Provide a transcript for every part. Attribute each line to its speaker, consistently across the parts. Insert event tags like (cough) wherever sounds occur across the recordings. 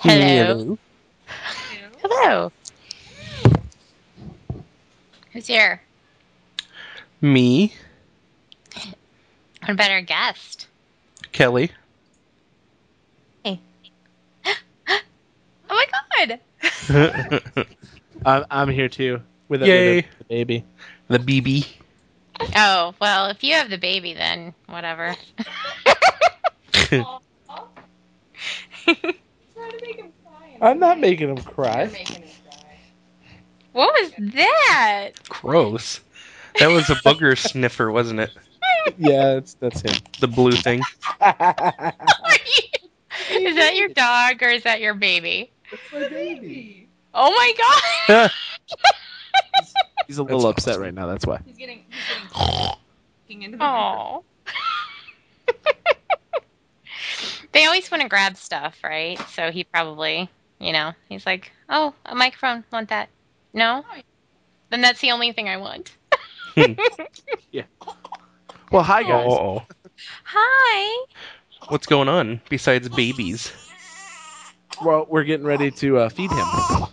Speaker 1: Hello. Hello. Who's here?
Speaker 2: Me,
Speaker 1: What about our guest?
Speaker 3: (laughs)
Speaker 2: Kelly.
Speaker 1: Oh my god!
Speaker 3: I'm, I'm here too with a,
Speaker 2: Yay.
Speaker 3: with a- with a baby.
Speaker 2: The BB.
Speaker 1: Oh, well, if you have the baby, then (laughs) whatever.
Speaker 3: I'm not making him cry.
Speaker 1: What was that?
Speaker 2: (laughs) Gross. That was a
Speaker 3: (laughs)
Speaker 2: booger sniffer, wasn't it?
Speaker 3: yeah, it's, that's him.
Speaker 2: The blue
Speaker 3: (laughs)
Speaker 2: thing. (laughs)
Speaker 3: it's
Speaker 1: is that your dog or is that your baby?
Speaker 3: my baby.
Speaker 1: Oh my god! (laughs)
Speaker 3: He's a little
Speaker 2: That's
Speaker 3: upset
Speaker 2: awesome.
Speaker 3: right now. That's why.
Speaker 4: He's getting, he's (sighs) getting into
Speaker 1: (laughs)
Speaker 4: the
Speaker 1: Oh. they always want to grab stuff, right? So he probably, you know, he's like, "Oh, a microphone, want that?" No. Then that's the only thing I want.
Speaker 3: Well, hi guys.
Speaker 2: Oh,
Speaker 1: Hi.
Speaker 2: what's going on besides babies?
Speaker 3: Well, we're getting ready to uh, feed him.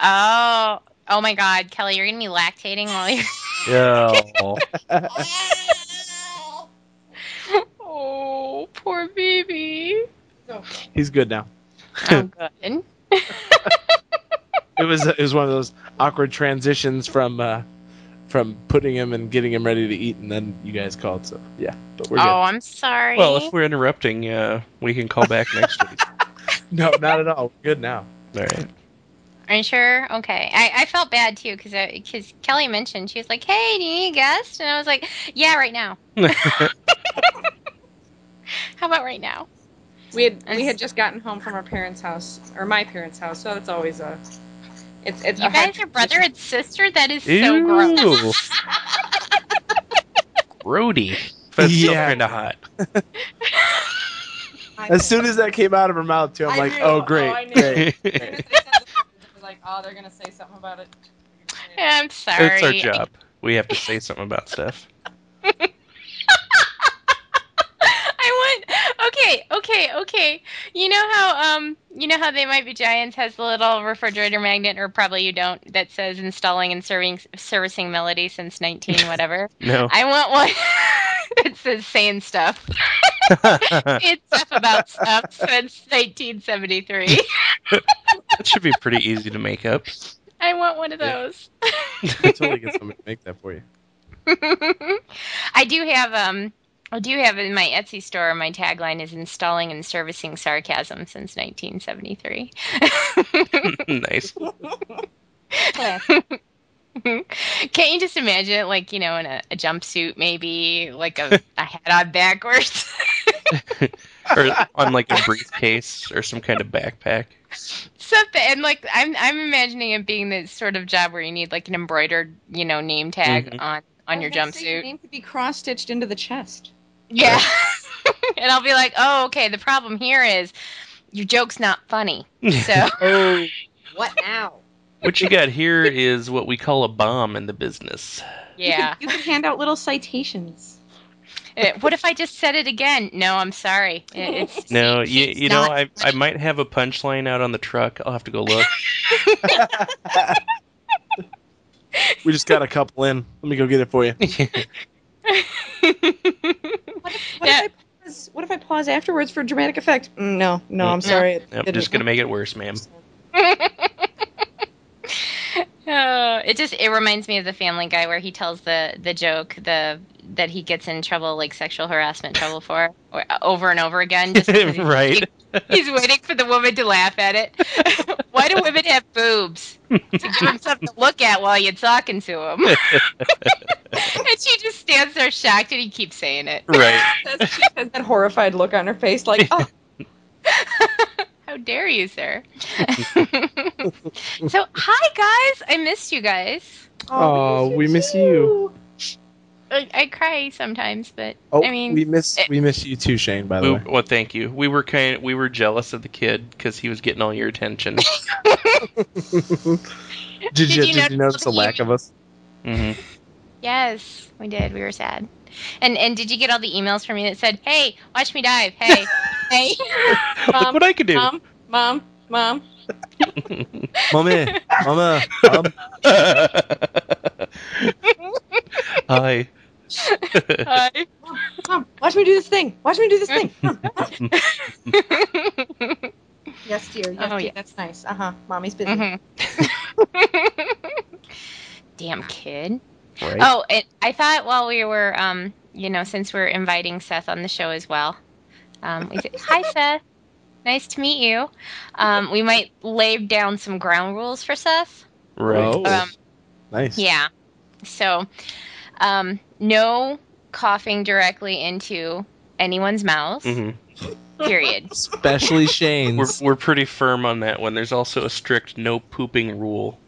Speaker 1: Oh. Oh my God, Kelly, you're gonna be lactating while you're. (laughs)
Speaker 2: Yeah.
Speaker 1: oh, poor baby.
Speaker 3: He's good now.
Speaker 2: (laughs)
Speaker 1: Oh, good.
Speaker 3: It was it was one of those awkward transitions from uh, from putting him and getting him ready to eat, and then you guys called. So yeah, but we're
Speaker 1: Oh, I'm sorry.
Speaker 2: Well, if we're interrupting, uh, we can call back next week.
Speaker 3: good. No, not at all. We're good now.
Speaker 2: All right.
Speaker 1: Are you sure? Okay. I, I felt bad too because because Kelly mentioned she was like, "Hey, do you need a guest?" And I was like, "Yeah,
Speaker 2: (laughs)
Speaker 1: right now." How about right now?
Speaker 4: We had we had just gotten home from our parents' house or my parents' house, so it's always a it's it's
Speaker 1: You
Speaker 4: a hard
Speaker 1: guys are brother and sister. That is so gross. (laughs)
Speaker 2: Ew. Grody. But it's still
Speaker 3: Yeah.
Speaker 2: kind of
Speaker 3: (laughs)
Speaker 2: hot.
Speaker 4: transition.
Speaker 3: As soon as that came out of her mouth, too, I'm
Speaker 4: I
Speaker 3: like,
Speaker 4: knew.
Speaker 3: oh
Speaker 4: Oh,
Speaker 3: great,
Speaker 4: I knew. (laughs)
Speaker 3: great.
Speaker 4: As
Speaker 2: it's
Speaker 4: soon as I said that, I was like, oh, they're gonna say something about it.
Speaker 1: I'm sorry.
Speaker 2: our job. We have to say something about stuff.
Speaker 1: (laughs) I want. Okay, okay, okay. You know how um, you know how they might be giants has the little refrigerator magnet, or probably you don't, that says installing and serving servicing melody since 19 whatever.
Speaker 3: (laughs)
Speaker 2: No.
Speaker 1: I want one (laughs) that says saying stuff.
Speaker 2: that
Speaker 1: It's stuff about stuff since 1973.
Speaker 2: should be pretty easy to make up.
Speaker 1: (laughs)
Speaker 2: (laughs)
Speaker 1: I want one of
Speaker 3: Yeah.
Speaker 1: those. (laughs)
Speaker 3: I totally get somebody to make that for you.
Speaker 1: I do have um I do have in my Etsy store my tagline is installing and servicing sarcasm since 1973. (laughs)
Speaker 2: nice.
Speaker 1: Can't you just imagine it like, you know, in a, a jumpsuit maybe, like a, a hat on backwards? (laughs)
Speaker 2: or on like a briefcase or some kind of backpack.
Speaker 1: Something and like I'm I'm imagining it being the sort of job where you need like an embroidered, you know, name tag
Speaker 2: Mhm.
Speaker 1: on on
Speaker 4: Oh,
Speaker 1: your jumpsuit.
Speaker 4: Name could be cross stitched into the chest.
Speaker 1: Yeah. (laughs) and I'll be like, "Oh, okay, the problem here is your joke's not funny." So,
Speaker 3: Oh,
Speaker 4: What now?
Speaker 2: (laughs) what you got here is what we call a bomb in the business.
Speaker 1: (laughs) yeah.
Speaker 4: You could hand out little citations.
Speaker 1: Uh, what if I just said it again? No, I'm sorry. It- It's (laughs)
Speaker 2: No, you, you know,
Speaker 1: not-
Speaker 2: I, I might have a punchline out on the truck. I'll have to go
Speaker 1: (laughs)
Speaker 2: look.
Speaker 3: we just got a couple in. Let me go get it for you.
Speaker 4: What if, what,
Speaker 1: Yeah.
Speaker 4: if I pause, what if I pause afterwards for dramatic effect? Mm, No, no, I'm
Speaker 2: Mm.
Speaker 4: sorry. it
Speaker 2: Nope,
Speaker 4: didn't-
Speaker 2: just going to make it worse, ma'am.
Speaker 1: Oh, it just it reminds me of the Family Guy where he tells the the joke the that he gets in trouble like sexual harassment trouble for (laughs) or, over and over again
Speaker 2: (laughs)
Speaker 1: just because he-
Speaker 2: right.
Speaker 1: He's waiting for the woman to laugh at it. Why do women have boobs? To give them something to look at while you're talking to them. and she just stands there shocked and he keeps saying it. (laughs)
Speaker 2: Right.
Speaker 4: That's- she has that horrified look on her
Speaker 3: (laughs)
Speaker 4: face, like, oh,
Speaker 1: How dare you, sir? (laughs) so, hi, guys. I missed you guys.
Speaker 4: oh,
Speaker 3: Aw, we miss you.
Speaker 1: I, I cry sometimes, but
Speaker 3: Oh,
Speaker 1: I mean,
Speaker 3: we miss
Speaker 1: it-
Speaker 3: we miss you too, Shane. By the
Speaker 2: We-
Speaker 3: way,
Speaker 2: well, thank you. We were kind. We were jealous of the kid because he was getting all your
Speaker 1: (laughs)
Speaker 2: attention.
Speaker 3: did, you,
Speaker 1: you
Speaker 3: did you notice
Speaker 1: notice
Speaker 3: the lack of us?
Speaker 2: hmm
Speaker 1: yes, we did. We were sad. And and did you get all the emails from me that said, "Hey, (laughs) watch me dive. Hey, hey,
Speaker 2: look what I could do.
Speaker 4: mom, mom, Mom,
Speaker 3: Mommy,
Speaker 1: (laughs)
Speaker 3: mama, um,
Speaker 1: (laughs)
Speaker 2: (laughs) Hi.
Speaker 1: Hi.
Speaker 4: Mom, watch me do this thing. Watch me do
Speaker 3: (laughs)
Speaker 4: this thing. (laughs) Mom. yes, dear. Yes,
Speaker 1: Oh,
Speaker 4: dear.
Speaker 1: yeah.
Speaker 4: That's nice. Uh huh. Mommy's busy.
Speaker 1: Mhm. (laughs) Damn kid.
Speaker 2: Right?
Speaker 1: Oh, and I thought while we were, um, you know, since we're inviting Seth on the show as well, um, we said, "Hi, Seth. Nice to meet you." Um, we might lay down some ground rules for Seth.
Speaker 2: right.
Speaker 3: Oh.
Speaker 1: Um,
Speaker 3: nice.
Speaker 1: yeah. So, um, no coughing directly into anyone's mouth.
Speaker 2: hmm
Speaker 1: Period. (laughs)
Speaker 3: Especially
Speaker 2: We're,
Speaker 3: Shane's.
Speaker 2: we're pretty firm on that one. There's also a strict no pooping rule.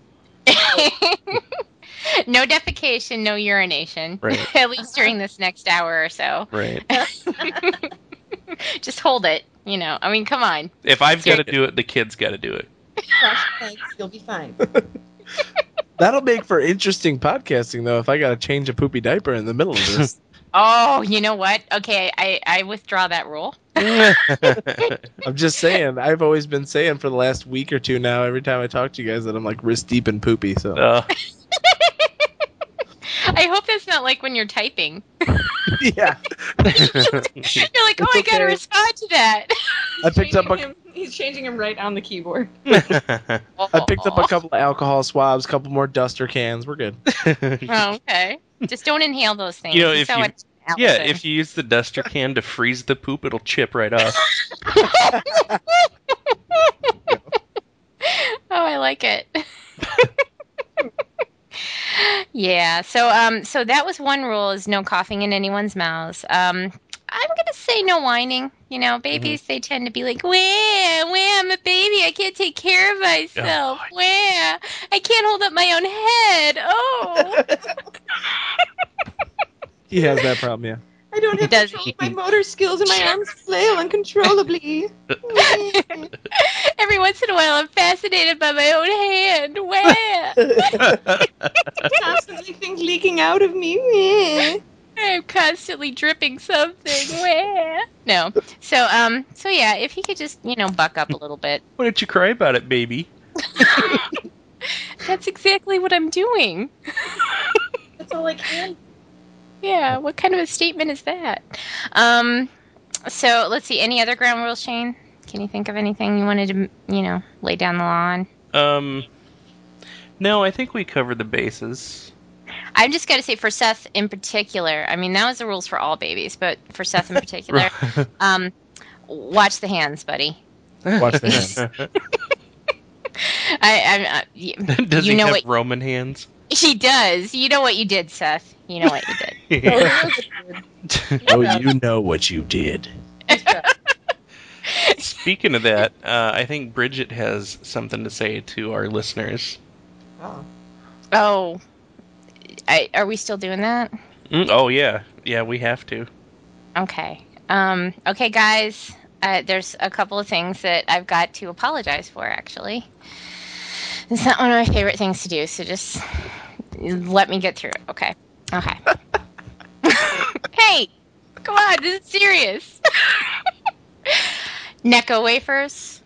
Speaker 1: no defecation, no urination.
Speaker 2: Right.
Speaker 1: (laughs) At least during this next hour or so.
Speaker 2: Right.
Speaker 1: Just hold it. You know, I mean, come on.
Speaker 2: If I've got to do it, the kid's got to do it.
Speaker 4: Gosh, thanks. You'll be fine.
Speaker 3: That'll make for interesting podcasting, though, if I got to change a poopy diaper in the middle of
Speaker 1: (laughs)
Speaker 3: this.
Speaker 1: Oh, you know what? Okay, I, I withdraw that rule.
Speaker 3: I'm just saying. I've always been saying for the last week or two now, every time I talk to you guys, that I'm like wrist deep in poopy. So
Speaker 2: Uh, (laughs)
Speaker 1: I hope that's not like when
Speaker 2: (laughs)
Speaker 1: you're typing.
Speaker 3: (laughs) yeah,
Speaker 1: You're like, oh,
Speaker 3: It's
Speaker 1: I gotta
Speaker 3: okay.
Speaker 1: respond to that.
Speaker 3: (laughs) I picked up a-
Speaker 4: Changing him- He's changing him right on the keyboard.
Speaker 3: I picked up a couple of alcohol swabs, couple more duster cans. We're good.
Speaker 1: (laughs) Oh, okay. Just don't inhale those things.
Speaker 2: You know,
Speaker 1: You
Speaker 2: if
Speaker 1: saw
Speaker 2: you-
Speaker 1: what
Speaker 2: yeah,
Speaker 1: Allison-
Speaker 2: if you use the duster can to freeze the poop, it'll chip right
Speaker 1: (laughs)
Speaker 2: off.
Speaker 1: Oh, I like it. yeah. So um so that was one rule is no coughing in anyone's mouths. Um I'm going to say no whining. You know, babies they tend to be like, "Wah, wah, I'm a baby. I can't take care of myself. Wah, I can't hold up my own head."
Speaker 3: (laughs)
Speaker 1: Oh.
Speaker 3: He has that problem. Yeah.
Speaker 4: I don't have
Speaker 1: Does (laughs)
Speaker 4: control
Speaker 1: he-
Speaker 4: of my motor skills and my arms
Speaker 3: (laughs)
Speaker 4: flail uncontrollably.
Speaker 1: Every once in a while I'm fascinated by my own hand. Wah. (laughs)
Speaker 4: Constantly things leaking out of
Speaker 3: (laughs)
Speaker 4: me.
Speaker 1: I'm constantly dripping something. Wah. No. So um so yeah, if he could just, you know, buck up a little bit.
Speaker 2: Why don't you cry about it, baby?
Speaker 1: That's exactly what I'm doing.
Speaker 4: That's all I can.
Speaker 1: Yeah, what kind of a statement is that? Um, so let's see. Any other ground rules, Shane? Can you think of anything you wanted to, you know, lay down the law on?
Speaker 2: Um, no, I think we covered the bases.
Speaker 1: I'm just gonna say for Seth in particular. I mean, that was the rules for all babies, but for Seth in particular, um, watch the hands, buddy.
Speaker 3: Watch the hands.
Speaker 2: (laughs) Does
Speaker 1: I, I'm, uh, y You
Speaker 2: he
Speaker 1: know
Speaker 2: have
Speaker 1: what-
Speaker 2: Roman
Speaker 1: (laughs)
Speaker 2: hands?
Speaker 1: he does. You know what you did, Seth. You know what you did.
Speaker 3: Oh, you know what you did.
Speaker 2: Speaking of that, uh, I think Bridget has something to say to our listeners.
Speaker 4: Oh.
Speaker 1: Oh, I, are we still doing that?
Speaker 2: Mm, oh yeah, yeah, we have to.
Speaker 1: Okay. Um, okay, guys. Uh, there's a couple of things that I've got to apologize for, actually. It's not one of my favorite things to do, so just let me get through it. Okay. (laughs) Okay. hey, come on. This is serious. (laughs) Necco wafers.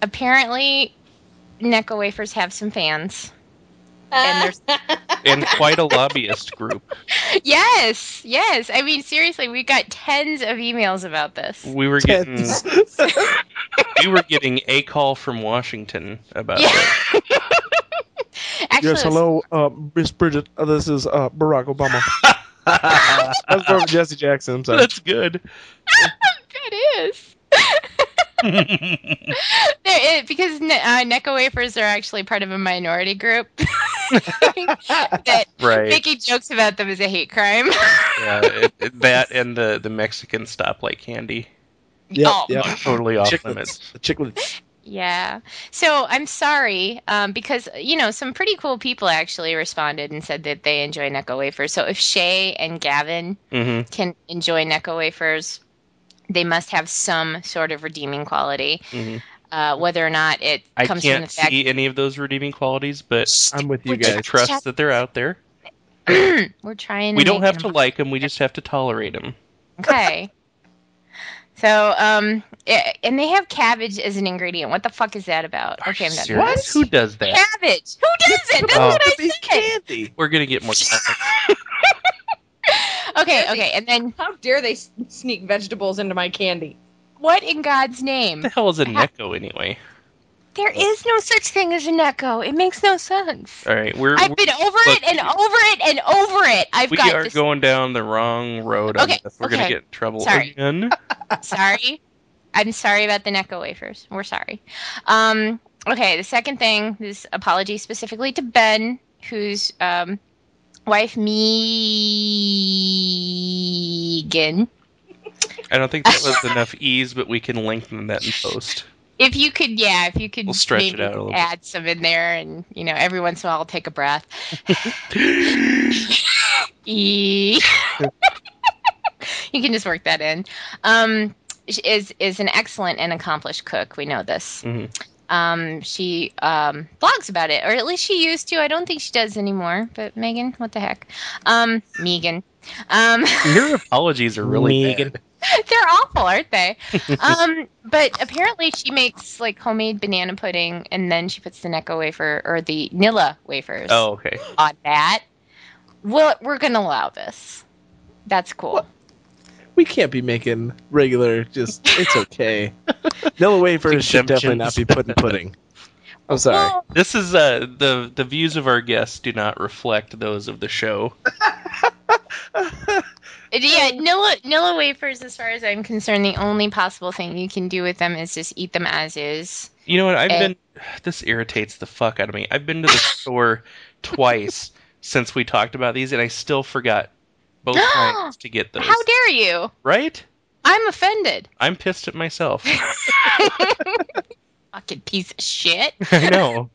Speaker 1: Apparently, Necco wafers have some fans.
Speaker 4: Uh,
Speaker 1: And
Speaker 4: (laughs)
Speaker 2: And quite a lobbyist group.
Speaker 1: Yes, yes. I mean, seriously, we got tens of emails about this.
Speaker 2: We were getting (laughs)
Speaker 3: Tens.
Speaker 2: we were getting a call from Washington about
Speaker 1: Yeah.
Speaker 2: it.
Speaker 1: (laughs) Actually,
Speaker 3: yes, hello, uh, Miss Bridget. Uh, this is uh, Barack Obama.
Speaker 2: (laughs)
Speaker 3: That's from Jesse Jackson. I'm sorry.
Speaker 2: That's good.
Speaker 1: It is. (laughs) There is because ne- uh, Necco wafers are actually part of a minority group. (laughs) that
Speaker 2: right.
Speaker 1: making jokes about them is a hate crime. (laughs)
Speaker 2: Yeah, it- it- that and the the Mexican stoplight candy
Speaker 3: Yep,
Speaker 1: Oh.
Speaker 3: yep.
Speaker 2: totally off
Speaker 3: Chicklets.
Speaker 2: limits.
Speaker 3: The chicklets.
Speaker 1: Yeah. So I'm sorry um, because, you know, some pretty cool people actually responded and said that they enjoy Necco wafers. So if Shay and Gavin
Speaker 2: hmm
Speaker 1: can enjoy Necco wafers, they must have some sort of redeeming quality,
Speaker 2: hmm
Speaker 1: uh, whether or not it
Speaker 2: I
Speaker 1: comes from
Speaker 2: can't
Speaker 1: the fact (clears throat)
Speaker 2: see any of those redeeming qualities, but
Speaker 3: I'm with you
Speaker 1: Would
Speaker 3: guys.
Speaker 2: I trust that they're out there.
Speaker 1: we're trying.
Speaker 2: We don't
Speaker 1: make
Speaker 2: have
Speaker 1: (laughs) them-
Speaker 2: to like them; we just have to tolerate them.
Speaker 1: Okay. So, um, i and they have cabbage as an ingredient. What the fuck is that about?
Speaker 2: Are
Speaker 1: okay,
Speaker 2: you
Speaker 1: I'm not
Speaker 2: serious? Who
Speaker 3: What?
Speaker 2: does that?
Speaker 1: cabbage. Who does it? That's
Speaker 2: Oh.
Speaker 1: what I
Speaker 3: Be
Speaker 1: said.
Speaker 3: candy.
Speaker 2: We're gonna get more. Cabbage.
Speaker 1: Okay, okay, and then
Speaker 4: How dare they s- sneak vegetables into my candy?
Speaker 1: what in God's
Speaker 2: What
Speaker 1: name?
Speaker 2: the hell is a Necco anyway?
Speaker 1: There is no such thing as an echo. It makes no sense.
Speaker 2: All right, we're,
Speaker 1: I've
Speaker 2: we're-
Speaker 1: been over it and over it and over it. I've
Speaker 2: we
Speaker 1: got
Speaker 2: are
Speaker 1: this.
Speaker 2: going down the wrong road. on
Speaker 1: Okay,
Speaker 2: this. We're gonna
Speaker 1: okay.
Speaker 2: get in trouble
Speaker 1: Sorry.
Speaker 2: again.
Speaker 1: sorry. I'm sorry about the Necco wafers. We're sorry. Um, okay, the second thing is apology specifically to Ben, whose um, wife Megan.
Speaker 2: I don't think that
Speaker 1: (laughs)
Speaker 2: was enough ease, but we can lengthen that in post.
Speaker 1: If you could, yeah, if you could
Speaker 2: We'll stretch it
Speaker 1: maybe
Speaker 2: out a little bit.
Speaker 1: add some in there, and you know, every once in a while, I'll take a breath. E. (laughs) you can just work that in. Um, she is is an excellent and accomplished cook. We know this.
Speaker 2: Mhm.
Speaker 1: Um, she um, blogs about it, or at least she used to. I don't think she does anymore. But Megan, what the heck? Um, Megan. Um, (laughs)
Speaker 2: Your apologies are really
Speaker 3: Megan.
Speaker 2: bad.
Speaker 1: they're awful, aren't they? um, but apparently she makes like homemade banana pudding, and then she puts the Necco wafer or the Nilla wafers
Speaker 2: Oh, okay.
Speaker 1: on that. Well, we're gonna allow this. That's cool.
Speaker 3: What? We can't be making regular. Just it's okay. Nilla wafers should definitely not be put in pudding. I'm sorry.
Speaker 1: Well,
Speaker 2: This is uh the the views of our guests do not reflect those of the show.
Speaker 1: yeah, Nilla, Nilla wafers, as far as I'm concerned, the only possible thing you can do with them is just eat them as is.
Speaker 2: You know what? I've
Speaker 1: Eh.
Speaker 2: been (sighs) this irritates the fuck out of me. I've
Speaker 1: (laughs)
Speaker 2: been to the store twice since we talked about these, and I still forgot both
Speaker 1: (gasps)
Speaker 2: times to get those.
Speaker 1: How dare you?
Speaker 2: right?
Speaker 1: I'm offended.
Speaker 2: I'm pissed at
Speaker 1: (laughs)
Speaker 2: myself.
Speaker 1: fucking piece of shit.
Speaker 2: I know.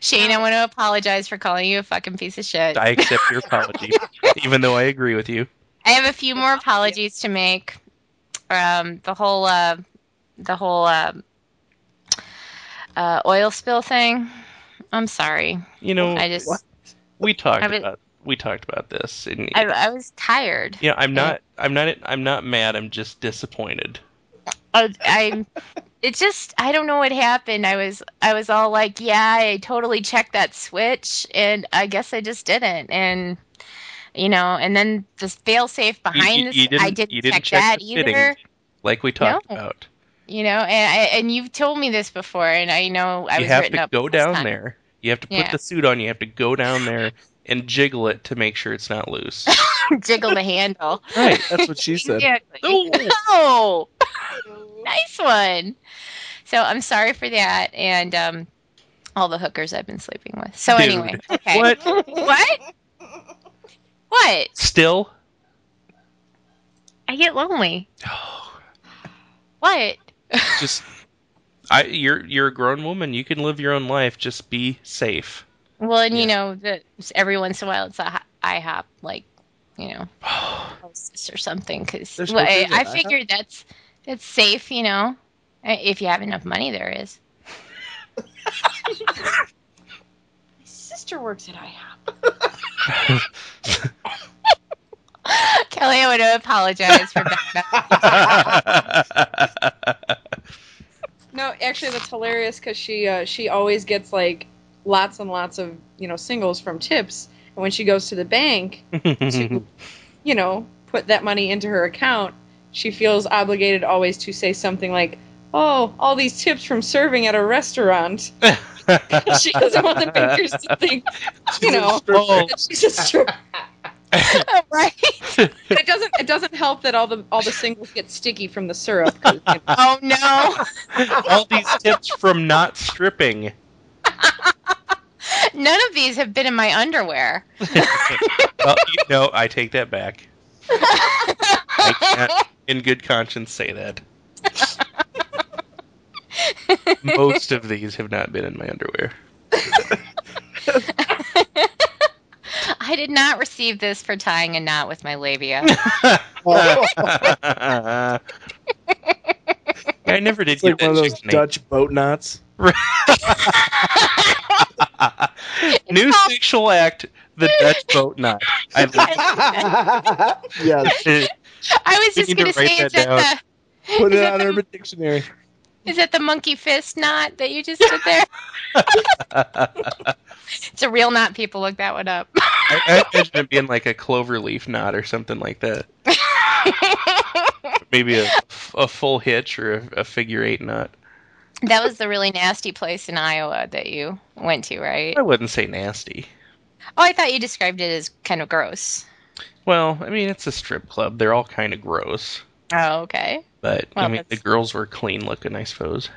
Speaker 1: Shane, I want to apologize for calling you a fucking piece of shit.
Speaker 2: I accept your apology, even though I agree with you.
Speaker 1: I have a few more apologies to make. Um, the whole, uh, the whole um uh, oil spill thing. I'm sorry.
Speaker 2: You know,
Speaker 1: I just,
Speaker 3: Oh, what?
Speaker 2: we talked
Speaker 1: I've been-
Speaker 2: about we talked about this, and
Speaker 1: I, I was tired.
Speaker 2: you know, I'm not, I'm not, I'm not mad. I'm just disappointed.
Speaker 1: I, I, it just, I don't know what happened. I was, I was all like, yeah, I totally checked that switch, and I guess I just didn't, and. You know, and then the failsafe behind
Speaker 2: you
Speaker 1: this, I didn't,
Speaker 2: you
Speaker 1: check, that
Speaker 2: the fitting,
Speaker 1: either.
Speaker 2: like we talked
Speaker 1: No.
Speaker 2: about.
Speaker 1: You know, and I, and you've told me this before, and I know I
Speaker 2: you
Speaker 1: was
Speaker 2: have
Speaker 1: written
Speaker 2: to
Speaker 1: up
Speaker 2: go
Speaker 1: last
Speaker 2: down
Speaker 1: time.
Speaker 2: there. You have to put
Speaker 1: Yeah.
Speaker 2: the suit on. You have to go down there and jiggle it to make sure it's not loose.
Speaker 1: (laughs) jiggle the handle.
Speaker 2: right.
Speaker 3: That's what she said.
Speaker 1: Exactly.
Speaker 2: No.
Speaker 1: No. Nice one. So I'm sorry for that and um all the hookers I've been sleeping with. So
Speaker 2: Dude.
Speaker 1: anyway, okay.
Speaker 2: What? (laughs)
Speaker 1: What? What? (sighs)
Speaker 2: Still?
Speaker 1: I get lonely. What?
Speaker 2: just I you're you're a grown woman. You can live your own life. Just be
Speaker 1: (sighs)
Speaker 2: safe. (sighs)
Speaker 1: Well, and
Speaker 2: Yeah.
Speaker 1: you know that every once in a while it's a hi- IHOP like, you know, house or something because
Speaker 3: There's
Speaker 1: well, I,
Speaker 3: hookers
Speaker 1: I
Speaker 3: at IHOP?
Speaker 1: figured that's that's safe, you know, Uh, if you have enough money, there is. (laughs)
Speaker 4: My sister works at IHOP.
Speaker 1: Kelly, I want to apologize for that.
Speaker 2: (laughs)
Speaker 1: (laughs)
Speaker 4: No, actually, that's hilarious because she uh, she always gets like lots and lots of you know singles from tips, and when she goes to the bank
Speaker 2: Mm-hmm.
Speaker 4: to you know put that money into her account, she feels obligated always to say something like. Oh, all these tips from serving at a restaurant. (laughs) she doesn't want the bankers to think, you know,
Speaker 2: Oh,
Speaker 4: that she's a stripper.
Speaker 1: right?
Speaker 4: But it doesn't. It doesn't help that all the all the singles get sticky from the syrup. 'cause, you know,
Speaker 1: Oh no,
Speaker 2: all these tips from not stripping.
Speaker 1: none of these have been in my underwear.
Speaker 2: Well, you know, I take that back. I can't, in good conscience, say that. Most of these have not been in my underwear.
Speaker 1: (laughs)
Speaker 2: (laughs)
Speaker 1: I did not receive this for tying a knot with my labia.
Speaker 2: I never did
Speaker 3: It's like
Speaker 2: get
Speaker 3: one of
Speaker 2: that
Speaker 3: those
Speaker 2: chick's name.
Speaker 3: Dutch boat knots.
Speaker 2: New
Speaker 1: called-
Speaker 2: sexual act, the Dutch boat knot. I
Speaker 4: (laughs)
Speaker 2: love
Speaker 3: yes.
Speaker 2: it.
Speaker 1: I was
Speaker 2: You (laughs) need to
Speaker 1: just going to
Speaker 2: write
Speaker 1: say
Speaker 2: that
Speaker 1: that the
Speaker 3: Put
Speaker 1: Is
Speaker 3: it
Speaker 1: that (laughs)
Speaker 3: on
Speaker 1: the-
Speaker 3: Urban Dictionary.
Speaker 1: Is that the monkey fist knot that you just did there? it's a real knot. People look that one up. (laughs)
Speaker 2: I, I imagine it being like a clover leaf knot or something like that. Maybe a, a full hitch or a, a figure eight knot.
Speaker 1: that was the really nasty place in Iowa that you went to, right?
Speaker 2: I wouldn't say nasty.
Speaker 1: Oh, I thought you described it as kind of gross.
Speaker 2: Well, I mean, it's a strip club. They're all kind of gross.
Speaker 1: Oh, okay. (laughs)
Speaker 2: But, I
Speaker 1: Well,
Speaker 2: mean, the
Speaker 1: that's-
Speaker 2: girls were clean looking, I suppose.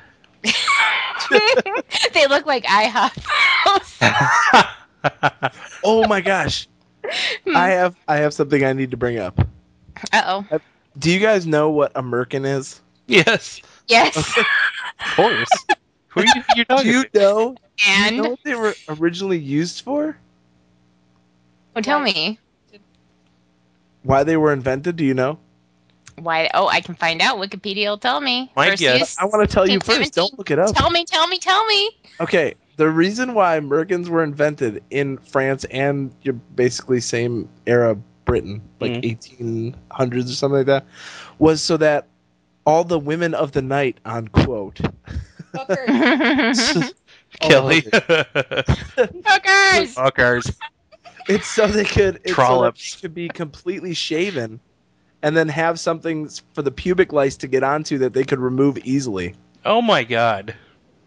Speaker 1: they look like IHOP.
Speaker 3: Oh my gosh.
Speaker 1: Hmm.
Speaker 3: I have I have something I need to bring up.
Speaker 1: uh oh.
Speaker 3: Do you guys know what a merkin is?
Speaker 2: (laughs) yes,
Speaker 1: Yes.
Speaker 2: of course. Who are you, you're
Speaker 3: Do
Speaker 2: talking
Speaker 3: you
Speaker 2: to?
Speaker 3: know? Do you
Speaker 1: And
Speaker 3: know what they were originally used for?
Speaker 1: oh, tell me
Speaker 3: Why they were invented? Do you know?
Speaker 1: why. Oh, I can find out. Wikipedia will tell me.
Speaker 2: My
Speaker 1: First
Speaker 2: guess-
Speaker 1: use-
Speaker 3: I want to tell you first. Don't look it up.
Speaker 1: Tell me. Tell me. Tell me. (laughs)
Speaker 3: Okay, the reason why merkins were invented in France and your basically same era Britain, like
Speaker 2: Mhm.
Speaker 3: 1800s or something like that, was so that all the women of the night, unquote,
Speaker 4: Fucker.
Speaker 1: Mm-hmm.
Speaker 3: (laughs)
Speaker 1: Oh,
Speaker 2: Kelly. Uh,
Speaker 1: Fuckers.
Speaker 2: Hawkers.
Speaker 3: it's so they could it's so that
Speaker 2: Trollops.
Speaker 3: they could be completely shaven, and then have something s- for the pubic lice to get onto that they could remove easily.
Speaker 2: Oh my god.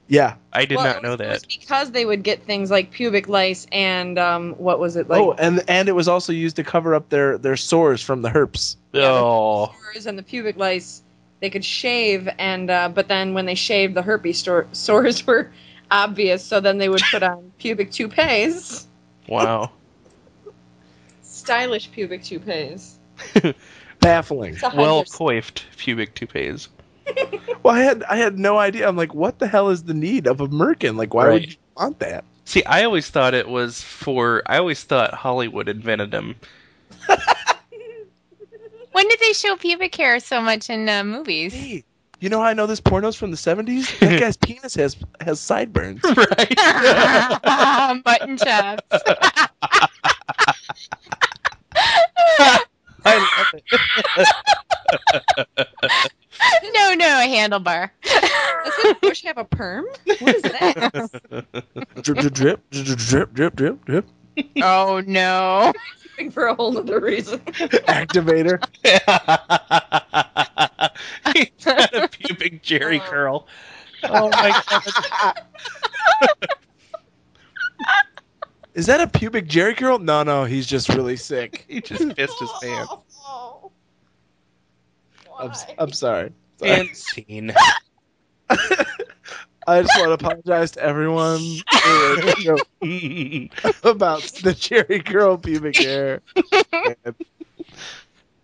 Speaker 3: Yeah.
Speaker 2: I did
Speaker 4: Well,
Speaker 2: not
Speaker 4: it
Speaker 2: know
Speaker 4: was- it was
Speaker 2: that.
Speaker 4: because they would get things like pubic lice and um, what was it like?
Speaker 3: oh, and and it was also used to cover up their their sores from the herpes.
Speaker 2: Oh.
Speaker 4: sores and the pubic lice they could shave and uh, but then when they shaved the herpes stor- sores (laughs) were obvious so then they would put on pubic toupees (laughs)
Speaker 2: Wow.
Speaker 4: stylish pubic toupees
Speaker 3: Baffling.
Speaker 4: It's a
Speaker 2: Well
Speaker 4: hundred-
Speaker 2: coiffed pubic toupees.
Speaker 3: Well, I had I had no idea. I'm like, what the hell is the need of a merkin? Like, why
Speaker 2: Right.
Speaker 3: would you want that?
Speaker 2: See, I always thought it was for. I always thought Hollywood invented them. (laughs)
Speaker 1: When did they show pubic hair so much in uh, movies?
Speaker 3: Hey, you know how I know this porno's from the '70s?
Speaker 2: (laughs)
Speaker 3: That guy's penis has has sideburns.
Speaker 1: (laughs)
Speaker 2: Right?
Speaker 1: Mutton chops.
Speaker 2: I (laughs) love it.
Speaker 1: (laughs) no, no, a handlebar.
Speaker 4: doesn't bush have a (laughs) perm what is that
Speaker 3: drip, drip, drip, drip, drip, drip, drip, drip.
Speaker 1: oh no.
Speaker 4: (laughs) for a whole other reason
Speaker 3: Activator.
Speaker 2: He's got a pubic Jerry
Speaker 4: Oh.
Speaker 2: curl. Oh my god.
Speaker 3: Is that a pubic Jerry curl? No, no, he's just really sick.
Speaker 2: He just pissed his
Speaker 1: (laughs)
Speaker 2: pants.
Speaker 3: I'm, s- I'm sorry. Sorry.
Speaker 2: And scene.
Speaker 3: I just want to apologize to everyone (laughs) for the joke about the Jerry curl pubic hair. and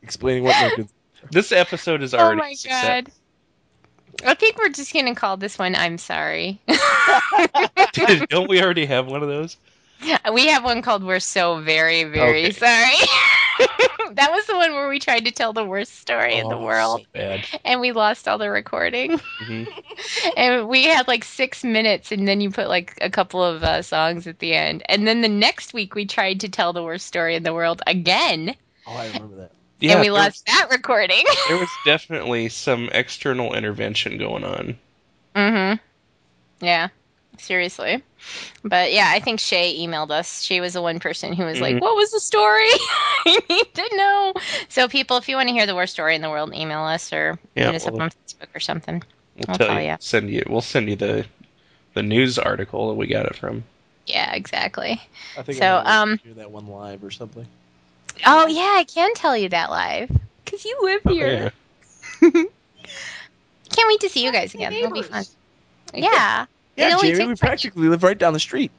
Speaker 3: Explaining what merkins.
Speaker 2: (laughs) this episode is
Speaker 1: Oh
Speaker 2: already.
Speaker 1: my
Speaker 2: a success.
Speaker 1: god. I think we're just gonna call this one I'm sorry. (laughs)
Speaker 2: (laughs) Don't we already have one of those?
Speaker 1: we have one called We're So Very, Very
Speaker 2: Okay.
Speaker 1: (laughs) Sorry. that was the one where we tried to tell the worst story in the
Speaker 2: Oh,
Speaker 1: world
Speaker 2: so bad.
Speaker 1: and we lost all the recording.
Speaker 2: Mhm.
Speaker 1: (laughs) and we had like six minutes and then you put like a couple of uh, songs at the end and then the next week we tried to tell the worst story in the world again
Speaker 3: Oh, I remember that.
Speaker 2: Yeah,
Speaker 1: and we
Speaker 2: there
Speaker 1: lost that recording (laughs)
Speaker 2: was- there was definitely some external intervention going on.
Speaker 1: mm-hmm yeah seriously but yeah i think shay emailed us she was the one person who was
Speaker 2: Mhm.
Speaker 1: like what was the story (laughs) i need to know so people if you want to hear the worst story in the world email us or
Speaker 2: Yeah,
Speaker 1: hit us
Speaker 2: we'll-
Speaker 1: up on facebook or something
Speaker 2: We'll
Speaker 1: I'll
Speaker 2: tell
Speaker 1: tell
Speaker 2: you,
Speaker 1: ya.
Speaker 2: Send you. We'll send you the the news article that we got it from.
Speaker 1: yeah exactly
Speaker 3: I think
Speaker 1: So,
Speaker 3: I might have
Speaker 1: um,
Speaker 3: to hear that one live or something.
Speaker 1: oh yeah i can tell you that live because you live here
Speaker 2: Oh, Yeah.
Speaker 1: Can't wait to
Speaker 4: Oh,
Speaker 1: see you guys again. It'll be fun. Yeah. It
Speaker 3: Yeah,
Speaker 1: only
Speaker 3: Jamie,
Speaker 1: takes
Speaker 3: we
Speaker 1: like-
Speaker 3: practically live right down the street.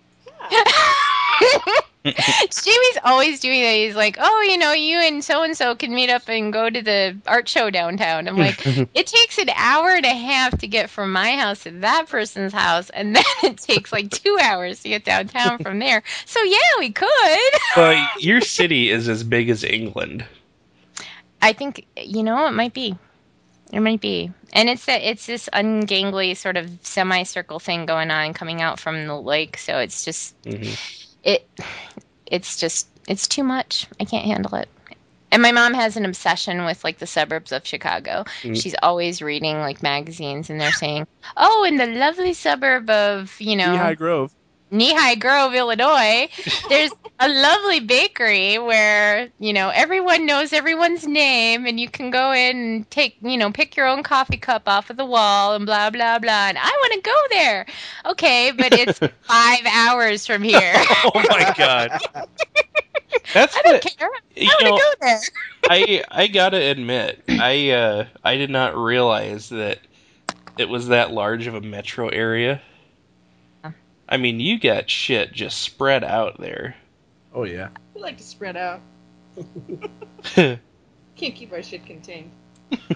Speaker 1: (laughs) Jamie's always doing that. He's like, oh, you know, you and so and so can meet up and go to the art show downtown. I'm like,
Speaker 2: (laughs)
Speaker 1: it takes an hour and a half to get from my house to that person's house, and (laughs) then it takes like two hours to get downtown from there. So, yeah, we could.
Speaker 2: Well, your city is as big as England.
Speaker 1: I think, you know, it might be. It might be. And it's that it's this ungangly sort of semicircle thing going on coming out from the lake. So it's just
Speaker 2: Mhm.
Speaker 1: it it's just it's too much i can't handle it And my mom has an obsession with like the suburbs of Chicago.
Speaker 2: Mm.
Speaker 1: She's always reading like magazines, and they're saying, "Oh, in the lovely suburb of you know."
Speaker 3: Lehigh Grove.
Speaker 1: Lehigh Grove, Illinois, there's a lovely bakery where, you know, everyone knows everyone's name and you can go in and take, you know, pick your own coffee cup off of the wall and blah, blah, blah. And I want to go there. Okay, but it's five hours from here.
Speaker 2: (laughs)
Speaker 1: (laughs)
Speaker 2: Oh my god. That's
Speaker 1: I
Speaker 2: what
Speaker 1: don't care.
Speaker 2: you
Speaker 1: I
Speaker 2: know.
Speaker 1: want to go there.
Speaker 2: I I gotta admit, I uh, I did not realize that it was that large of a metro area. I mean, you got shit just spread out there. (laughs)
Speaker 3: Oh yeah.
Speaker 4: We like to spread out.
Speaker 2: yeah,
Speaker 4: Can't keep our shit contained.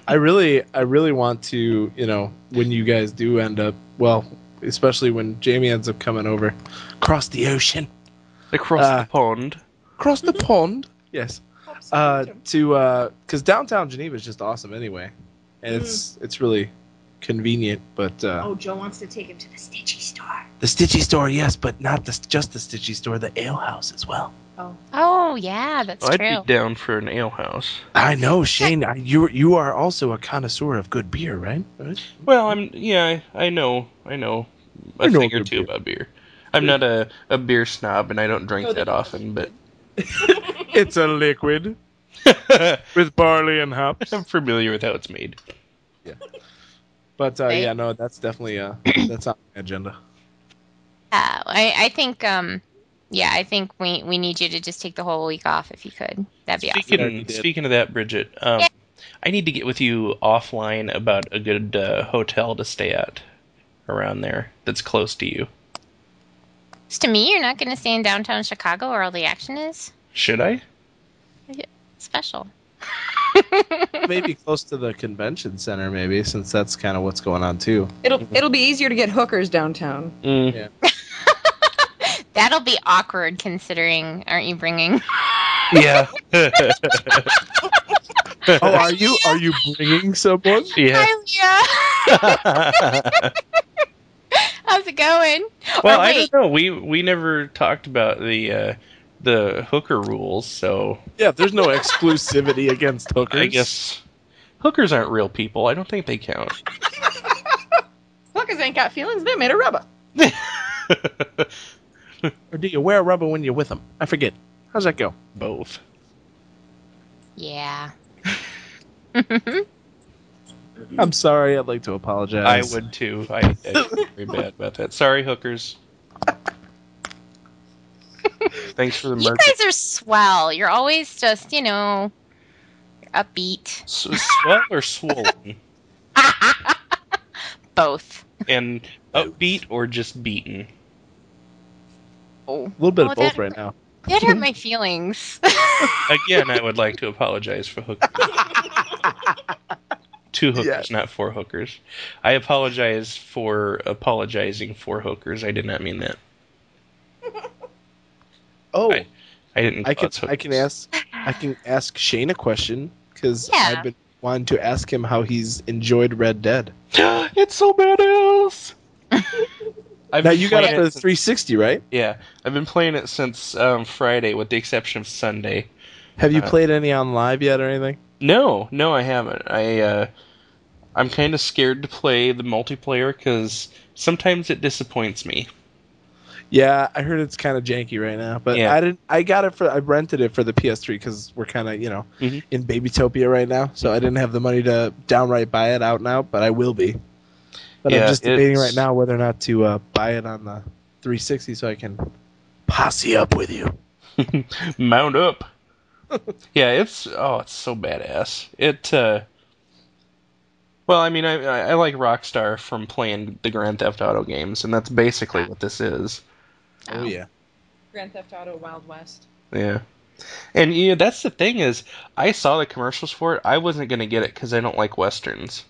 Speaker 3: I really, I really want to, you know, when you guys do end up, well, especially when Jamie ends up coming over, cross the ocean,
Speaker 2: across
Speaker 3: Uh,
Speaker 2: the pond.
Speaker 3: cross the
Speaker 1: Mm-hmm.
Speaker 3: pond. Yes.
Speaker 4: Pops
Speaker 3: Uh,
Speaker 4: and
Speaker 3: to because downtown Geneva is just awesome anyway, and it's it's really convenient. But uh,
Speaker 4: Oh, Joe wants to take him to the stitchy store.
Speaker 3: the Stitchy store, yes, but not the just the Stitchy store, the Ale House as well.
Speaker 4: Oh,
Speaker 1: Oh, yeah, that's
Speaker 2: I'd
Speaker 1: true.
Speaker 2: be down for an ale house.
Speaker 3: I know, Shane. I, you you are also a connoisseur of good beer, right? Right?
Speaker 2: Well, I'm yeah, I I know, I know a
Speaker 3: You know
Speaker 2: thing or
Speaker 3: good
Speaker 2: two
Speaker 3: beer.
Speaker 2: about beer. I'm not a, a beer snob, and I don't drink
Speaker 4: Oh,
Speaker 2: that
Speaker 4: the-
Speaker 2: often. But
Speaker 3: (laughs) It's a liquid
Speaker 2: (laughs)
Speaker 3: with barley and hops.
Speaker 2: I'm familiar with how it's made.
Speaker 3: (laughs) But uh,
Speaker 1: Right.
Speaker 3: yeah, no, that's definitely (coughs) uh, that's on the agenda.
Speaker 1: Yeah, I, I think, um, yeah, I think we, we need you to just take the whole week off if you could. That'd be awesome.
Speaker 3: We already
Speaker 2: Speaking
Speaker 3: did.
Speaker 2: speaking of that, Bridget, um, I need to get with you offline about a good uh, hotel to stay at around there that's close to you.
Speaker 1: Just to me, you're not going to stay in downtown Chicago where all the action is.
Speaker 2: Should I?
Speaker 1: (laughs) Special.
Speaker 3: maybe close to the convention center, maybe since that's kind of what's going on too.
Speaker 4: it'll it'll be easier to get hookers downtown.
Speaker 2: Mm.
Speaker 1: That'll be awkward considering aren't you bringing
Speaker 2: (laughs)
Speaker 1: (laughs)
Speaker 2: Yeah.
Speaker 3: Oh, are you are you bringing someone?
Speaker 2: yeah.
Speaker 1: Hi Leah. (laughs) How's it going?
Speaker 2: well,
Speaker 1: or
Speaker 2: I
Speaker 1: wait,
Speaker 2: don't know. We we never talked about the uh, the hooker rules, so
Speaker 3: Yeah, there's no exclusivity against hookers.
Speaker 2: I guess hookers aren't real people. I don't think they count. (laughs)
Speaker 4: Hookers ain't got feelings. They're made of rubber.
Speaker 3: Or do you wear rubber when you're with them? I forget. How's that go?
Speaker 2: Both.
Speaker 1: yeah. (laughs)
Speaker 3: I'm sorry. I'd like to apologize.
Speaker 2: I would too.
Speaker 1: (laughs)
Speaker 2: I, I feel very bad about that. Sorry, hookers. Thanks for the
Speaker 1: you
Speaker 2: merch.
Speaker 1: guys are swell. You're always just, you know, upbeat. (laughs)
Speaker 2: S- swell or swollen?
Speaker 1: Both.
Speaker 3: (laughs)
Speaker 2: And upbeat or just beaten?
Speaker 1: Oh.
Speaker 3: A little bit
Speaker 1: Oh,
Speaker 3: of both
Speaker 1: that-
Speaker 3: right now.
Speaker 2: (laughs)
Speaker 1: That hurt my feelings.
Speaker 2: Again, I would like to apologize for hookers. (laughs) Two hookers,
Speaker 3: Yes.
Speaker 2: not four hookers. I apologize for apologizing for hookers. I did not mean that.
Speaker 3: Oh,
Speaker 2: I- I didn't.
Speaker 3: I can
Speaker 2: cause
Speaker 3: I can
Speaker 2: hookers.
Speaker 3: ask I can ask Shane a question because
Speaker 1: Yeah.
Speaker 3: I've been wanting to ask him how he's enjoyed Red Dead.
Speaker 2: (gasps) it's so badass. I've
Speaker 3: (laughs) Now
Speaker 2: been
Speaker 3: you got it
Speaker 2: playing
Speaker 3: for the
Speaker 2: since-
Speaker 3: 360, right?
Speaker 2: Yeah, I've been playing it since um, Friday, with the exception of Sunday.
Speaker 3: Have you
Speaker 2: Uh,
Speaker 3: played any on live yet or anything?
Speaker 2: No, no, I haven't. I uh, I'm kind of scared to play the multiplayer because sometimes it disappoints me. (laughs)
Speaker 3: Yeah, I heard it's kind of janky right now, but
Speaker 2: Yeah.
Speaker 3: I didn't. I got it for I rented it for the PS3 because we're kind of you know
Speaker 2: Mhm.
Speaker 3: in Babytopia right now, so I didn't have the money to downright buy it out now, but I will be. But
Speaker 2: Yeah,
Speaker 3: I'm just debating
Speaker 2: it's-
Speaker 3: right now whether or not to uh, buy it on the 360 so I can posse up with you.
Speaker 2: Mount up. yeah, it's oh, it's so badass. It. Uh, well, I mean, I I I like Rockstar from playing the Grand Theft Auto games, and that's basically what this is.
Speaker 1: Oh.
Speaker 3: yeah,
Speaker 4: Grand Theft Auto Wild West.
Speaker 2: Yeah. And yeah, that's the thing is, I saw the commercials for it. I wasn't gonna get it because I don't like westerns.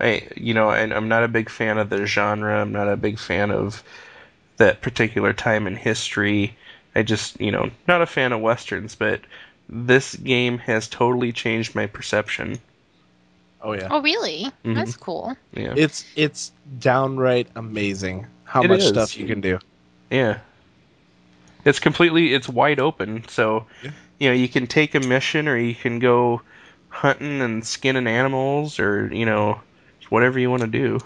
Speaker 2: I, you know, and I'm not a big fan of the genre. I'm not a big fan of that particular time in history. I just, you know, not a fan of westerns. But this game has totally changed my perception.
Speaker 3: oh yeah.
Speaker 1: oh, really?
Speaker 2: Mhm.
Speaker 1: That's cool.
Speaker 2: Yeah,
Speaker 3: It's it's downright amazing how
Speaker 2: It
Speaker 3: much
Speaker 2: is.
Speaker 3: stuff you can do.
Speaker 2: yeah. It's completely, it's wide open. So,
Speaker 3: Yeah.
Speaker 2: you know, you can take a mission or you can go hunting and skinning animals or, you know, whatever you want to do.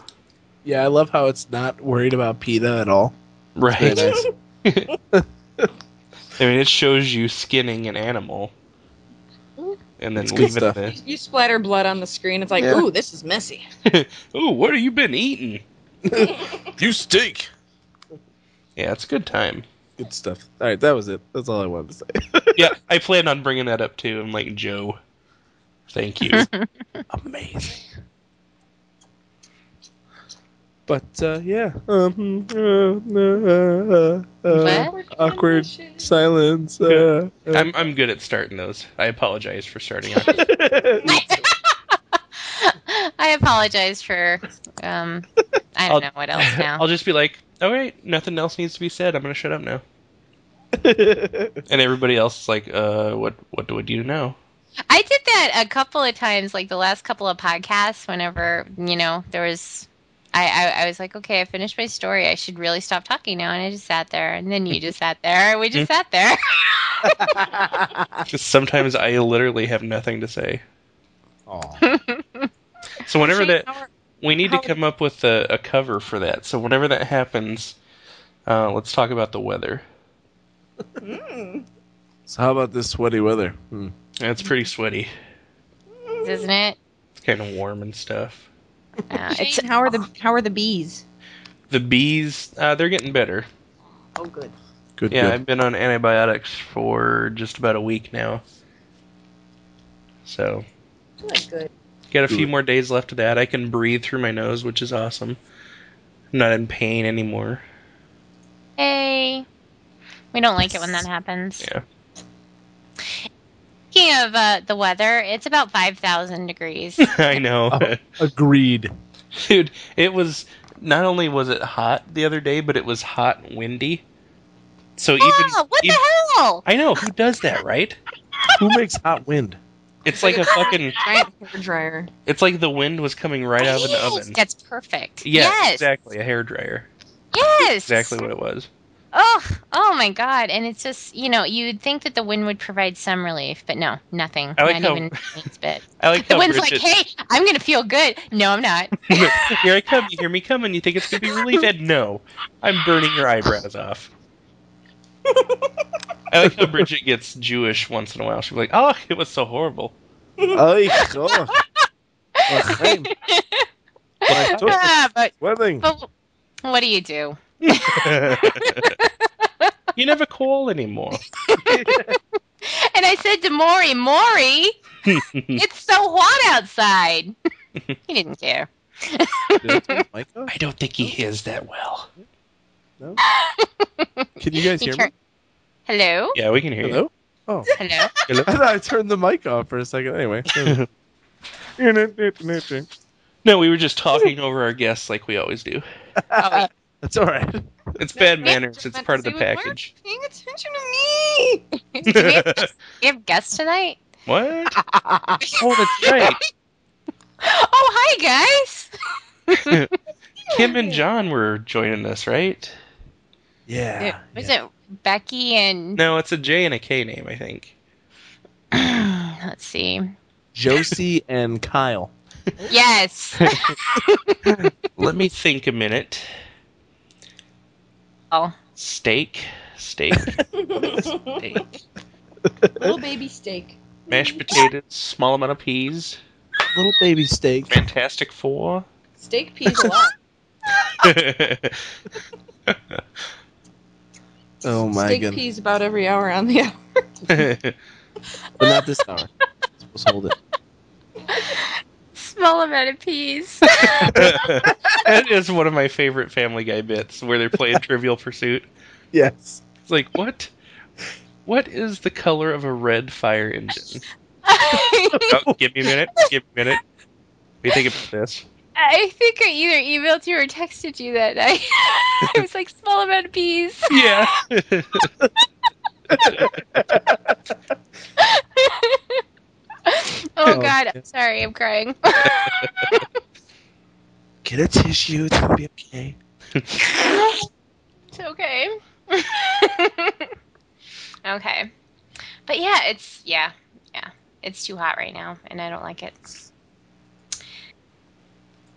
Speaker 3: Yeah, I love how it's not worried about PETA at all. Very
Speaker 2: Right.
Speaker 3: nice.
Speaker 2: I mean, it shows you skinning an animal and then
Speaker 3: It's good
Speaker 2: leave it
Speaker 3: stuff.
Speaker 2: there.
Speaker 4: You, you splatter blood on the screen. It's like,
Speaker 3: Yeah.
Speaker 4: ooh, this is messy.
Speaker 2: Ooh, what have you been eating?
Speaker 3: (laughs) You stink.
Speaker 2: Yeah, it's a good
Speaker 3: (laughs)
Speaker 2: time.
Speaker 3: (laughs) Good stuff. All right, that was it. That's all I wanted to say.
Speaker 2: yeah, I plan on bringing that up too. I'm like, Joe, thank
Speaker 3: (laughs)
Speaker 2: you.
Speaker 3: Amazing. But uh, yeah, um, uh, uh, uh, uh,
Speaker 1: What?
Speaker 3: awkward silence. Uh,
Speaker 2: Good.
Speaker 3: uh. (laughs)
Speaker 2: I'm, I'm good at starting those. I apologize for starting out.
Speaker 1: (laughs) I apologize for. Um, I
Speaker 2: I'll-
Speaker 1: don't know what else now.
Speaker 2: (laughs) I'll just be like, all right, nothing else needs to be said. I'm going to shut up now. And everybody else is like, uh, what, what do we do now?
Speaker 1: I did that a couple of times, like the last couple of podcasts. Whenever you know there was, I, I I was like, okay, I finished my story. I should really stop talking now, and I just sat there, and then you just sat there, (laughs) we
Speaker 2: Mm-hmm.
Speaker 1: just sat there.
Speaker 2: Because sometimes I literally have nothing to say.
Speaker 3: Aw.
Speaker 2: So whenever
Speaker 4: Shane,
Speaker 2: that,
Speaker 4: how are-
Speaker 2: we need to
Speaker 4: how-
Speaker 2: come up with a, a cover for that. So whenever that happens, uh, let's talk about the weather.
Speaker 4: Mm.
Speaker 3: So how about this sweaty weather? Hmm.
Speaker 2: It's pretty sweaty.
Speaker 1: Isn't it?
Speaker 2: It's kind of warm and stuff.
Speaker 1: Uh, it's
Speaker 4: Shane, how are the how are the bees?
Speaker 2: The bees, uh, they're getting better.
Speaker 4: Oh, good.
Speaker 3: Good.
Speaker 2: Yeah,
Speaker 3: good.
Speaker 2: I've been on antibiotics for just about a week now. So,
Speaker 4: Good. Good.
Speaker 2: got a
Speaker 3: Good.
Speaker 2: few more days left of that. I can breathe through my nose, which is awesome. I'm not in pain anymore. (laughs)
Speaker 1: hey. We don't like it when that happens.
Speaker 2: Yeah.
Speaker 1: Speaking of uh, the weather, it's about five thousand degrees.
Speaker 2: I know.
Speaker 3: Oh. Agreed.
Speaker 2: (laughs) Dude, it was not only was it hot the other day, but it was hot and windy. So even
Speaker 1: oh, what
Speaker 2: even-
Speaker 1: the hell?
Speaker 2: I know who does that, right?
Speaker 3: Who makes hot wind?
Speaker 2: It's like a fucking
Speaker 4: Giant hair dryer.
Speaker 2: it's like the wind was coming right out of an
Speaker 1: Yes,
Speaker 2: oven.
Speaker 1: That's perfect.
Speaker 2: Yeah,
Speaker 1: yes,
Speaker 2: exactly, a hair dryer.
Speaker 1: Yes,
Speaker 2: Exactly what it was.
Speaker 1: Oh, oh my God! And it's just you know you'd think that the wind would provide some relief, but no, nothing.
Speaker 2: I like
Speaker 1: not
Speaker 2: how-
Speaker 1: even
Speaker 2: (laughs)
Speaker 1: a teensy bit.
Speaker 2: I like
Speaker 1: The
Speaker 2: how
Speaker 1: wind's
Speaker 2: Bridget,
Speaker 1: like, "Hey, I'm gonna feel good." No,
Speaker 2: (laughs)
Speaker 1: I'm not.
Speaker 2: here I come. You hear me coming. You think it's gonna be (laughs) relief? And no, I'm burning your eyebrows off. I like how Bridget gets Jewish once in a while. She'll be like, "Oh, it was so
Speaker 4: (laughs)
Speaker 2: horrible."
Speaker 3: Ay, oh. Well, I told you.
Speaker 1: Ah, (laughs) but,
Speaker 3: Sweating.
Speaker 1: but what do you do?
Speaker 2: you never call anymore.
Speaker 1: And I said to
Speaker 2: (laughs)
Speaker 1: Maury, Maury, it's so hot outside. he didn't care.
Speaker 3: Did I tell Micah?
Speaker 2: I don't think he hears that well.
Speaker 3: No? Can you guys
Speaker 1: He
Speaker 3: hear me?
Speaker 1: turned- Hello,
Speaker 2: Yeah, we can hear
Speaker 3: Hello? (laughs) Oh.
Speaker 1: hello.
Speaker 3: I thought I turned the mic off for a second. (laughs) Anyway.
Speaker 2: you. No, we were just talking over our guests like we always do.
Speaker 1: Oh,
Speaker 2: (laughs)
Speaker 3: That's all right.
Speaker 2: It's bad
Speaker 4: No,
Speaker 2: manners.
Speaker 4: just
Speaker 2: It's
Speaker 4: meant
Speaker 2: part of
Speaker 4: to
Speaker 2: the
Speaker 4: say it was
Speaker 2: package.
Speaker 4: Paying attention to me.
Speaker 1: Do we have, do we have guests tonight?
Speaker 2: What?
Speaker 4: (laughs)
Speaker 2: Oh, that's right.
Speaker 1: (laughs) Oh, hi guys.
Speaker 2: Kim and John were joining us, right?
Speaker 3: Ah, Yeah.
Speaker 1: Was it Becky and
Speaker 2: No, it's a J and a K name, I think.
Speaker 1: Let's see.
Speaker 3: Josie and Kyle.
Speaker 1: Yes.
Speaker 2: Let me think a minute.
Speaker 1: Oh.
Speaker 2: Steak,
Speaker 1: (laughs)
Speaker 2: steak, steak,
Speaker 4: (laughs) Little baby steak.
Speaker 2: mashed potatoes, small amount of peas,
Speaker 3: Little baby steak.
Speaker 2: Fantastic Four. (laughs)
Speaker 4: Steak peas a lot.
Speaker 3: (laughs) Oh my
Speaker 4: steak
Speaker 3: goodness.
Speaker 4: peas about every hour on the hour.
Speaker 3: But not this hour. Let's hold it.
Speaker 1: Small amount of peas. (laughs)
Speaker 2: that is one of my favorite Family Guy bits where they're playing Trivial Pursuit.
Speaker 3: (laughs) Yes.
Speaker 2: It's like what? What is the color of a red fire engine?
Speaker 1: I
Speaker 2: Oh, give me a minute. Give me a minute. We think about this.
Speaker 1: think I either emailed you or texted you that night. (laughs) it was like small amount of peas. (laughs)
Speaker 2: Yeah.
Speaker 1: Oh
Speaker 3: Oh,
Speaker 1: god,
Speaker 3: yeah.
Speaker 1: I'm sorry, I'm crying. (laughs)
Speaker 3: Get a tissue. It's gonna be okay.
Speaker 1: (laughs) it's okay. okay. But yeah, it's yeah, yeah. It's too hot right now, and I don't like it.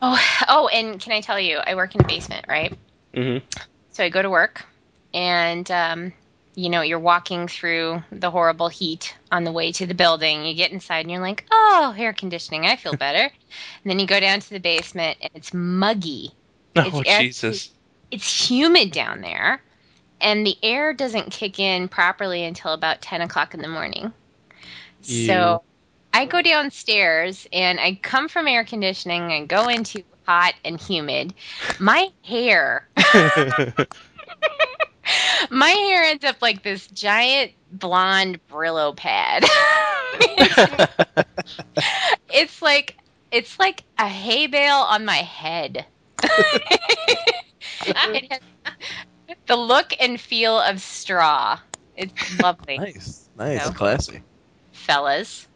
Speaker 1: Oh, oh, and can I tell you? I work in the basement, right?
Speaker 2: Mm-hmm.
Speaker 1: So I go to work, and um, you know, you're walking through the horrible heat on the way to the building. You get inside, and you're like, "Oh, air conditioning! I feel better." and then you go down to the basement, and it's muggy.
Speaker 2: (laughs) Oh
Speaker 1: It's air-
Speaker 2: Jesus! (laughs)
Speaker 1: It's humid down there, and the air doesn't kick in properly until about ten o'clock in the morning.
Speaker 3: Ew.
Speaker 1: So I go downstairs and I come from air conditioning and go into hot and humid. My hair (laughs) my hair ends up like this giant blonde Brillo pad. (laughs) it's like it's like a hay bale on my head. (laughs) It has the look and feel of straw. It's lovely,
Speaker 3: nice, nice,
Speaker 1: No.
Speaker 3: classy.
Speaker 1: fellas.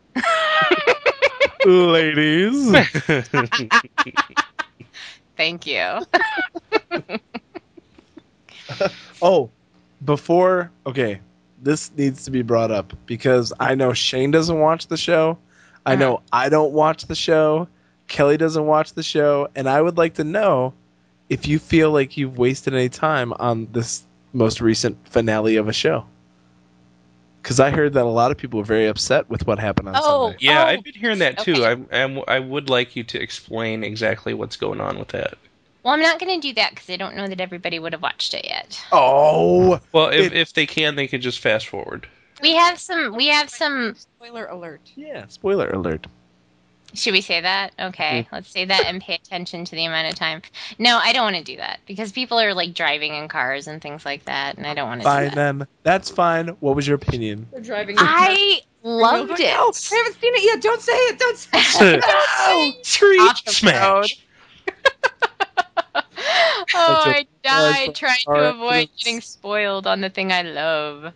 Speaker 1: (laughs)
Speaker 3: Ladies,
Speaker 1: Thank you.
Speaker 3: Oh, before okay, this needs to be brought up because I know Shane doesn't watch the show. I know I don't watch the show. Kelly doesn't watch the show, and I would like to know if you feel like you've wasted any time on this most recent finale of a show. Because I heard that a lot of people were very upset with what happened on
Speaker 1: Oh.
Speaker 3: Sunday.
Speaker 2: yeah,
Speaker 1: Oh,
Speaker 2: I've been hearing that too.
Speaker 1: okay.
Speaker 2: I'm, I'm, I would like you to explain exactly what's going on with that.
Speaker 1: Well, I'm not going to do that because I don't know that everybody would have watched it yet.
Speaker 3: Oh,
Speaker 2: Well, if,
Speaker 3: It-
Speaker 2: if they can, they could just fast
Speaker 1: (laughs)
Speaker 3: (laughs)
Speaker 2: forward.
Speaker 1: We have some. We have some.
Speaker 4: Spoiler alert.
Speaker 3: yeah! Spoiler alert.
Speaker 1: Should we say that? Okay, let's say that and pay attention to the amount of time. No, I don't want to do that because people are like driving in cars and things like that, and I don't want to do
Speaker 3: Fine
Speaker 1: that.
Speaker 3: then. That's fine. What was your opinion?
Speaker 4: They're driving.
Speaker 1: I loved it.
Speaker 4: No, I haven't seen it yet. Don't say it. Don't say (laughs) it.
Speaker 1: Off
Speaker 2: Screech
Speaker 1: the road. (laughs) oh,
Speaker 3: That's
Speaker 1: I died trying
Speaker 3: All
Speaker 1: to
Speaker 3: right,
Speaker 1: avoid
Speaker 3: oops.
Speaker 1: getting spoiled on the thing I love.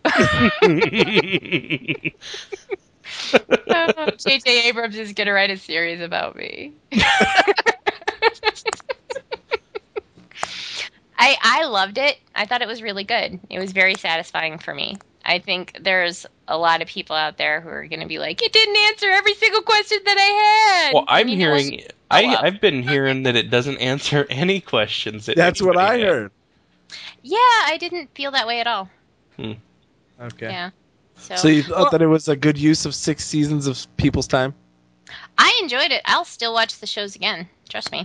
Speaker 1: JJ Abrams is going to write a series about me. (laughs) I I loved it. I thought it was really good. It was very satisfying for me. I think there's a lot of people out there who are going to be like, "It didn't answer every single question that I had."
Speaker 2: well, I'm
Speaker 1: And you know what?
Speaker 2: hearing. I,
Speaker 1: well.
Speaker 2: I've been hearing that it doesn't answer (laughs) any questions. that
Speaker 3: That's what I
Speaker 2: anybody had.
Speaker 3: heard.
Speaker 1: Yeah, I didn't feel that way at all.
Speaker 3: Okay.
Speaker 1: Yeah. So,
Speaker 3: So you thought
Speaker 1: Well-
Speaker 3: that it was a good use of six seasons of people's time?
Speaker 1: I enjoyed it. I'll still watch the shows again. Trust me.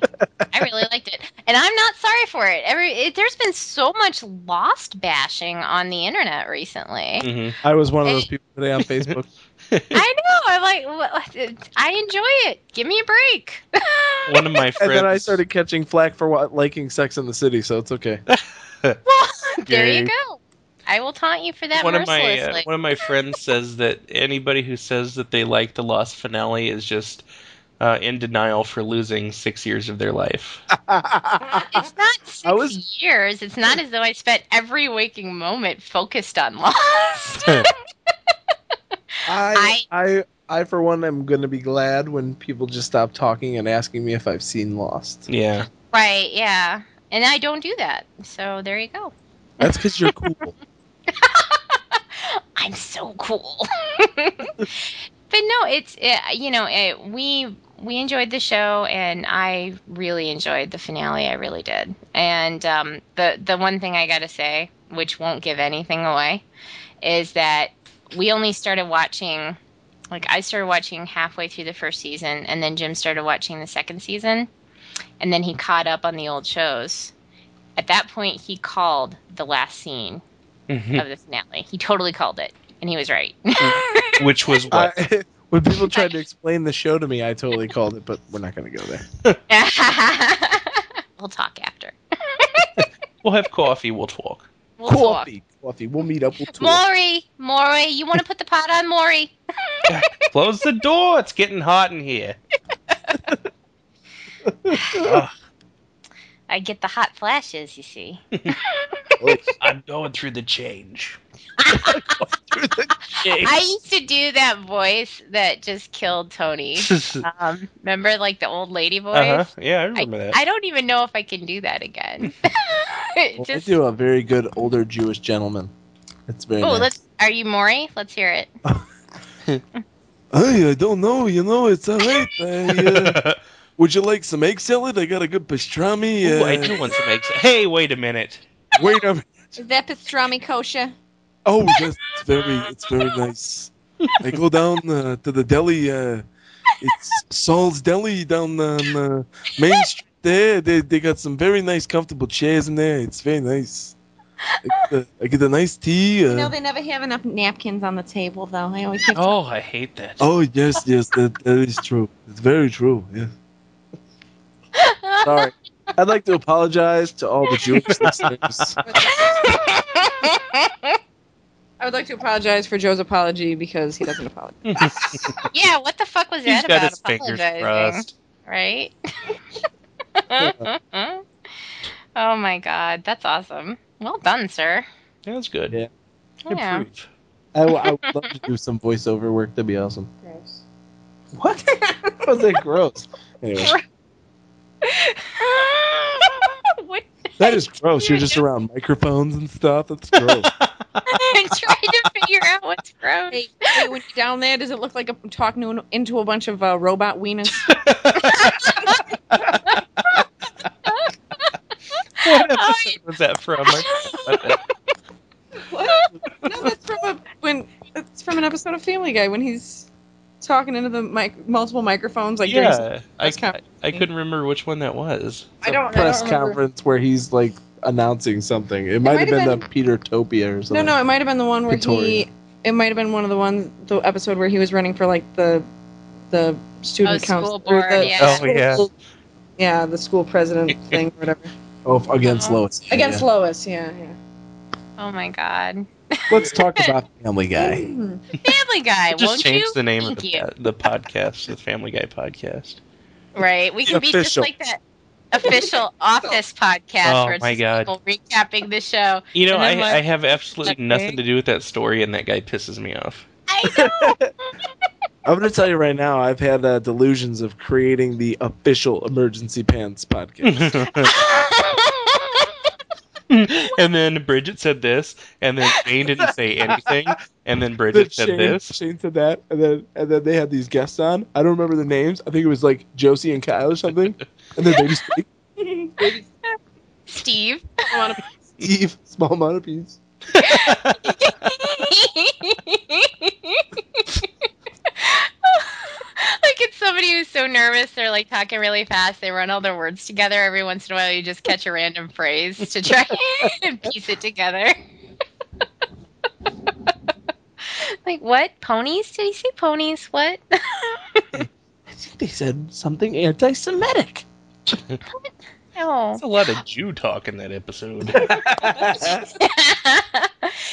Speaker 1: I really liked it. And I'm not sorry for it. Every it, there's been so much lost bashing on the internet recently.
Speaker 2: Mhm.
Speaker 3: I was one of those
Speaker 1: Hey.
Speaker 3: people today on (laughs) Facebook.
Speaker 2: Mm-hmm.
Speaker 1: I know. I'm like what- I enjoy it. Give me a break.
Speaker 2: (laughs) (laughs) One of my friends.
Speaker 3: (laughs) and then I started catching flack for what, liking Sex in the City, so it's okay.
Speaker 1: (laughs) well, there you
Speaker 2: Yay.
Speaker 1: go. I will taunt you for that
Speaker 2: one of my
Speaker 1: mercilessly.
Speaker 2: uh, one of my friends says that anybody who says that they like the Lost finale is just uh, in denial for losing six years of their life.
Speaker 1: it's not six
Speaker 3: (laughs) I was-
Speaker 1: years. It's not as though I spent every waking moment focused on
Speaker 2: (laughs)
Speaker 1: (laughs) Lost.
Speaker 3: I, I, I, for one, am going to be glad when people just stop talking and asking me if I've seen Lost.
Speaker 2: yeah,
Speaker 1: right? Yeah. And I don't do that. So there you go.
Speaker 3: That's because you're cool.
Speaker 1: I'm so cool. (laughs) but no, it's eh, you know eh, we we enjoyed the show, and I really enjoyed the finale. I really did. And um, the the one thing I gotta say, which won't give anything away, is that we only started watching. Like I started watching halfway through the first season, and then Jim started watching the second season, and then he caught up on the old shows. At that point, he called the last scene
Speaker 2: Mhm.
Speaker 1: of the finale. He totally called it, and he was right.
Speaker 2: which was what
Speaker 3: (laughs) I, when people tried to explain the show to me, I totally called it, but we're not going to go there.
Speaker 1: (laughs) we'll talk after.
Speaker 2: we'll have coffee, we'll talk.
Speaker 1: We'll talk.
Speaker 3: coffee, coffee. We'll meet up. We'll talk.
Speaker 1: Maury, Maury, you want to put the pot on Maury?
Speaker 2: Close the door. It's getting hot in here. Ugh,
Speaker 1: I get the hot flashes, you see. (laughs) uh,
Speaker 2: I'm going through the change.
Speaker 1: I used to do that voice that just killed Tony. Um, remember, like the old lady voice.
Speaker 2: Uh-huh. Yeah, I remember that.
Speaker 1: I don't even know if I can do that again. (laughs) It
Speaker 3: Well, I
Speaker 2: Hmm.
Speaker 1: just,
Speaker 3: do a very good older Jewish gentleman. It's very.
Speaker 1: Oh,
Speaker 3: nice.
Speaker 1: let's. Are you Maury? Let's hear it.
Speaker 3: Hey, I don't know. You know, it's all right. I, uh, (laughs) would you like some egg salad? I got a good pastrami.
Speaker 2: Ooh, I
Speaker 3: uh,
Speaker 2: do want some eggs. Hey, wait a minute.
Speaker 3: (laughs) Wait a minute.
Speaker 4: Is that pastrami kosher?
Speaker 3: Oh, that's very. It's very nice. I go down uh, to the deli. Uh, it's Saul's Deli down on uh, Main Street. There, they they got some very nice, comfortable chairs in there. It's very nice. I get a, I get a nice tea. Uh,
Speaker 4: You know they never have enough napkins on the table though. They always have.
Speaker 2: Oh, I hate that.
Speaker 3: Oh yes, yes, that, that is true. It's very true. Yes. Sorry. I'd like to apologize to all the Jewish (laughs) listeners.
Speaker 4: I would like to apologize for Joe's apology because he doesn't apologize.
Speaker 1: (laughs) yeah, what the fuck was
Speaker 2: He's
Speaker 1: that
Speaker 2: got
Speaker 1: about
Speaker 2: his fingers
Speaker 1: apologizing?
Speaker 2: crossed.
Speaker 1: Right? (laughs) oh my god, that's awesome. Well done, sir.
Speaker 2: That was good.
Speaker 3: Yeah.
Speaker 1: Oh, Yeah. (laughs)
Speaker 2: Improve.
Speaker 3: I, w- I would love to do some voiceover work. That'd be awesome.
Speaker 4: Gross.
Speaker 3: What? (laughs) was that gross? Anyway,
Speaker 2: (laughs)
Speaker 1: what?
Speaker 3: that is gross. You're just around microphones and stuff. That's gross.
Speaker 1: I'm trying to figure out what's gross.
Speaker 4: Hey, hey, when you're down there, does it look like I'm talking to an- into a bunch of uh, robot (laughs) wieners?
Speaker 2: (laughs) what episode was that
Speaker 1: (laughs)
Speaker 2: from?
Speaker 4: What? No, that's from a when that's from an episode of Family Guy when he's talking into the mic- multiple microphones like during some-
Speaker 2: yeah, I,
Speaker 4: press conference.
Speaker 2: I couldn't remember which one that was.
Speaker 4: I don't, I don't
Speaker 3: Press
Speaker 4: remember.
Speaker 3: conference where he's like announcing something. It might have been, the Peter Topia or
Speaker 4: No,
Speaker 3: something.
Speaker 4: no, it might have been the one where
Speaker 3: Victoria.
Speaker 4: he. It might have been one of the ones the episode where he was running for like the the student
Speaker 1: Oh, school
Speaker 4: council
Speaker 1: board,
Speaker 4: the,
Speaker 1: yeah.
Speaker 2: Oh, yeah.
Speaker 4: yeah, the school president thing, or whatever.
Speaker 3: Oh, against
Speaker 1: Uh-huh.
Speaker 3: Lois. Yeah,
Speaker 4: Against
Speaker 3: yeah.
Speaker 4: Lois, yeah, yeah.
Speaker 1: Oh my god.
Speaker 3: Let's talk about Family
Speaker 4: (laughs)
Speaker 3: Guy.
Speaker 4: (clears throat)
Speaker 1: Family Guy,
Speaker 2: (laughs) Just
Speaker 1: won't
Speaker 2: change
Speaker 1: you?
Speaker 2: the name of
Speaker 1: Thank
Speaker 2: the,
Speaker 1: you.
Speaker 2: pa- the podcast, the Family Guy podcast.
Speaker 1: Right. We can be just
Speaker 3: Official.
Speaker 1: like that (laughs) official office podcast
Speaker 2: Oh,
Speaker 1: where it's
Speaker 2: my
Speaker 1: just
Speaker 2: God.
Speaker 1: people recapping the (laughs) show.
Speaker 2: You know,
Speaker 1: And
Speaker 2: I,
Speaker 1: I'm like-
Speaker 2: I have absolutely nothing to do with that story, and that guy pisses me (laughs) off.
Speaker 1: I know.
Speaker 3: I'm going to tell you right now, I've had uh, delusions of creating the official Emergency Pants (laughs) podcast.
Speaker 2: and then Bridget said this, and then Jane didn't say anything, and then
Speaker 3: Then
Speaker 2: Bridget said
Speaker 3: Shane,
Speaker 2: this.
Speaker 3: Shane said that, and then and then they had these guests on. I don't remember the names. I think it was like Josie and Kyle or something. And then they (laughs) just like,
Speaker 1: Steve.
Speaker 3: Steve, small amount of peas.
Speaker 1: like it's somebody who's so nervous they're like talking really fast they run all their words together every once in a while you just catch a random phrase to try (laughs) and piece it together (laughs) like what ponies did he say ponies what (laughs)
Speaker 3: I think they said something anti-Semitic. (laughs)
Speaker 1: no
Speaker 2: (laughs) That's a lot of Jew talk in that
Speaker 3: Oh,
Speaker 2: episode.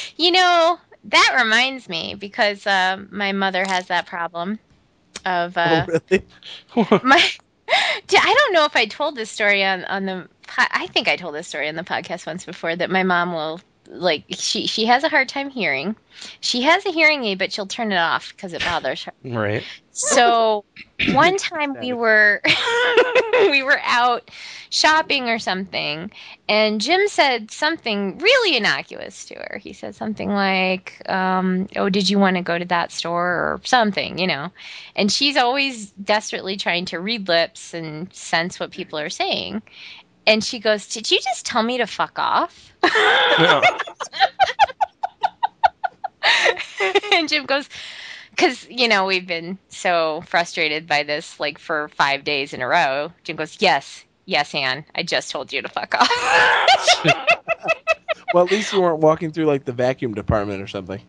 Speaker 1: (laughs) you know that reminds me because uh, my mother has that problem of uh,
Speaker 3: oh, really?
Speaker 2: (laughs)
Speaker 1: my D- I don't know if I told this story on on the po- I think I told this story on the podcast once before that my mom will like she she has a hard time hearing. She has a hearing aid but she'll turn it off cuz it bothers her.
Speaker 2: (laughs) right.
Speaker 1: So one time we were (laughs) we were out shopping or something and Jim said something really innocuous to her. He said something like, um, "Oh, did you want to go to that store or something?" You know, and she's always desperately trying to read lips and sense what people are saying. And she goes, "Did you just tell me to fuck off?"
Speaker 2: No.
Speaker 1: (laughs) and Jim goes, because you know we've been so frustrated by this like for five days in a row. Jim goes, yes, yes, Anne, I just told you to fuck off. (laughs)
Speaker 3: Well, at least you weren't walking through like the vacuum department or something.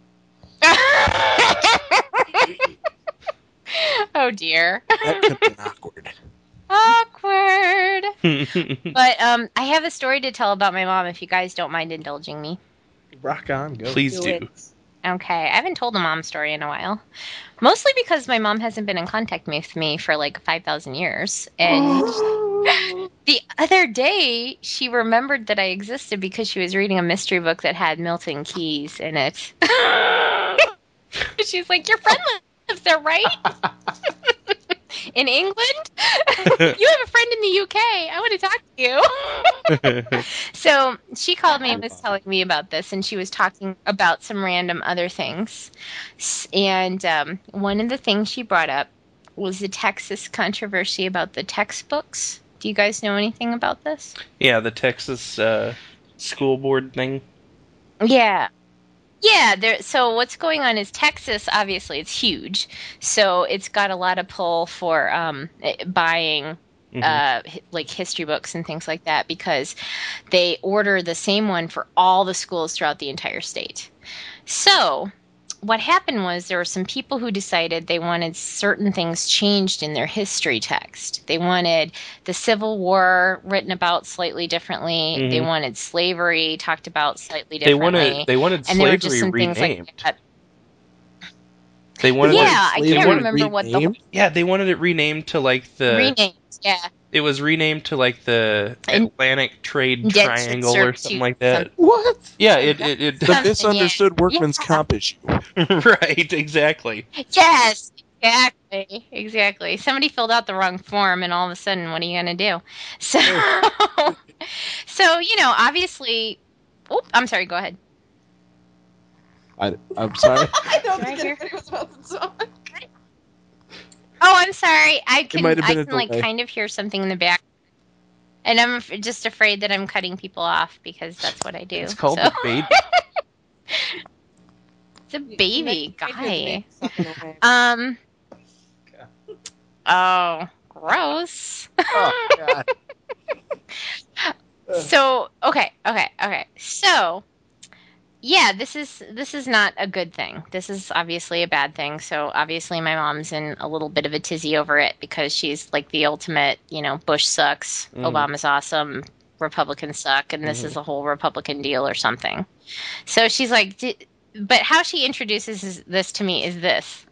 Speaker 1: oh dear,
Speaker 3: That could have been awkward.
Speaker 1: awkward. But um, I have a story to tell about my mom. If you guys don't mind indulging me.
Speaker 3: Rock on, go.
Speaker 2: (laughs) Please do. (laughs)
Speaker 1: Okay, I haven't told a mom story in a while. Mostly because my mom hasn't been in contact with me for like 5,000 years.
Speaker 4: Oh, (laughs)
Speaker 1: And the other day, she remembered that I existed because she was reading a mystery book that had Milton Keys in (laughs) it. She's like, Your friend lives there, right? (laughs) in England? (laughs) you have a friend in the UK. I want to talk to you. (laughs) So she called me and was telling me about this, and she was talking about some random other things. S- And um, one of the things she brought up was the Texas controversy about the textbooks. Do you guys know anything about this?
Speaker 2: yeah, the Texas uh, school board thing.
Speaker 1: Yeah. Yeah, there so what's going on is Texas obviously it's huge. So it's got a lot of pull for um eh, buying
Speaker 2: Mhm.
Speaker 1: uh, hi- like history books and things like that because they order the same one for all the schools throughout the entire state. So, what happened was there were some people who decided they wanted certain things changed in their history text. They wanted the Civil War written about slightly differently, they
Speaker 2: Mhm.
Speaker 1: wanted slavery talked about slightly
Speaker 2: they
Speaker 1: differently.
Speaker 2: wanted they wanted
Speaker 1: and there were just
Speaker 2: slavery
Speaker 1: some
Speaker 2: renamed.
Speaker 1: things like that.
Speaker 2: They wanted
Speaker 1: Yeah,
Speaker 2: it,
Speaker 1: I
Speaker 3: Slavery
Speaker 1: can't remember what the- (laughs)
Speaker 3: renamed?
Speaker 2: yeah, they wanted it renamed to like the
Speaker 1: renamed. Yeah,
Speaker 2: it was renamed to like the
Speaker 1: And-
Speaker 2: Atlantic Trade
Speaker 1: Yeah, it's-
Speaker 2: Triangle
Speaker 1: it's-
Speaker 2: or something like that.
Speaker 3: What?
Speaker 2: Yeah, it it,
Speaker 3: The
Speaker 1: Something,
Speaker 3: misunderstood workman's
Speaker 1: Yeah.
Speaker 3: comp
Speaker 1: (laughs)
Speaker 3: issue.
Speaker 2: it (laughs) right exactly.
Speaker 1: Yes, exactly, exactly. Somebody filled out the wrong form, and all of a sudden, what are you gonna do? So, (laughs) so you know, obviously. Oh, I'm sorry. Go ahead.
Speaker 3: I, I'm
Speaker 1: (laughs)
Speaker 3: sorry.
Speaker 4: I don't
Speaker 1: Right
Speaker 4: think
Speaker 1: here.
Speaker 4: anybody was about to talk.
Speaker 1: Oh, I'm sorry. I can
Speaker 3: might have
Speaker 1: I
Speaker 3: been a
Speaker 1: can like
Speaker 3: delay.
Speaker 1: kind of hear something in the back, and I'm af- just afraid that I'm cutting people off because that's what I do.
Speaker 2: It's called
Speaker 1: so.
Speaker 2: the
Speaker 1: (laughs)
Speaker 2: baby.
Speaker 1: it's a baby
Speaker 4: I did
Speaker 1: guy.
Speaker 4: make something away.
Speaker 1: Um. Oh, gross.
Speaker 3: oh, (laughs) God.
Speaker 1: so okay okay okay so yeah this is this is not a good thing this is obviously a bad thing so obviously my mom's in a little bit of a tizzy over it because she's like the ultimate you know bush sucks
Speaker 2: Mhm.
Speaker 1: obama's awesome republicans suck and this
Speaker 2: Mhm.
Speaker 1: is a whole republican deal or something so she's like D- but how she introduces is- this to me is this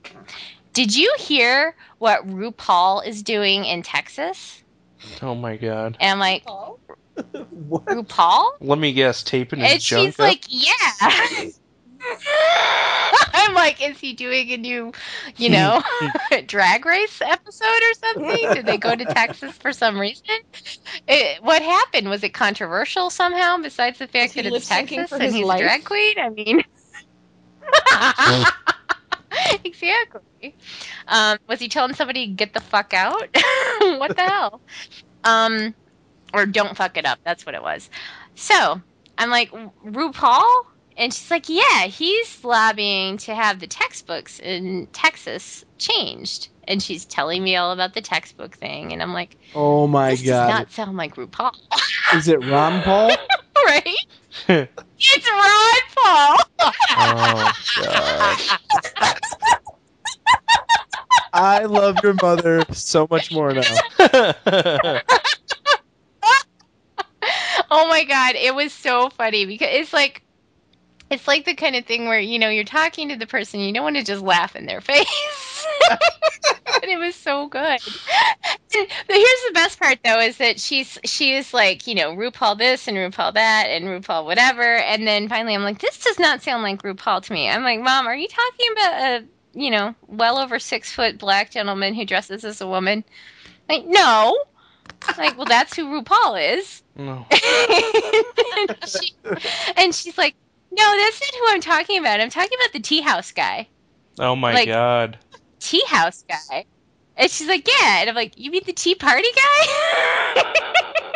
Speaker 1: did you hear what rupaul is doing in texas
Speaker 2: Oh my god.
Speaker 1: and i'm
Speaker 4: (laughs)
Speaker 1: like
Speaker 4: Paul?
Speaker 3: What?
Speaker 1: rupaul
Speaker 2: Let me guess, taping his
Speaker 1: and
Speaker 2: junk
Speaker 1: she's
Speaker 2: up?
Speaker 1: like, "Yeah." (laughs) I'm like, "Is he doing a new, you know,
Speaker 2: (laughs)
Speaker 1: (laughs) drag race episode or something? Did they go to Texas for some reason? It, what happened? Was it controversial somehow? Besides the fact
Speaker 4: Is he
Speaker 1: that it's
Speaker 4: lip-syncing
Speaker 1: Texas
Speaker 4: for
Speaker 1: and
Speaker 4: his
Speaker 1: he's
Speaker 4: life?
Speaker 1: a drag queen? I mean, (laughs) exactly. Um, was he telling somebody get the fuck out? (laughs) what the hell? Um, or don't fuck it up. That's what it was. So I'm like, RuPaul? And she's like, yeah, he's lobbying to have the textbooks in Texas changed. And she's telling me all about the textbook thing. And I'm like,
Speaker 3: Oh my
Speaker 1: this does
Speaker 3: God.
Speaker 1: not sound like RuPaul, (laughs)
Speaker 3: Is it Ron Paul?
Speaker 1: right? it's Ron Paul. (laughs)
Speaker 2: oh (laughs) god.
Speaker 3: I love your mother so much more now.
Speaker 1: (laughs) oh my god it was so funny because it's like it's like the kind of thing where you know you're talking to the person you don't want to just laugh in their (laughs) face and it was so good (laughs) And here's the best part though is that she's she is like you know rupaul this and rupaul that and rupaul whatever and then finally i'm like this does not sound like rupaul to me i'm like mom are you talking about a you know well over six foot black gentleman who dresses as a woman like no like well that's who rupaul is
Speaker 2: No.
Speaker 1: and, she- (laughs) and she's like, "No, that's not who I'm talking about. I'm talking about the tea house guy.
Speaker 2: Oh my
Speaker 1: Like-
Speaker 2: god.
Speaker 1: Tea house guy." And she's like, "Yeah." And I'm like, "You mean the tea party guy?" (laughs)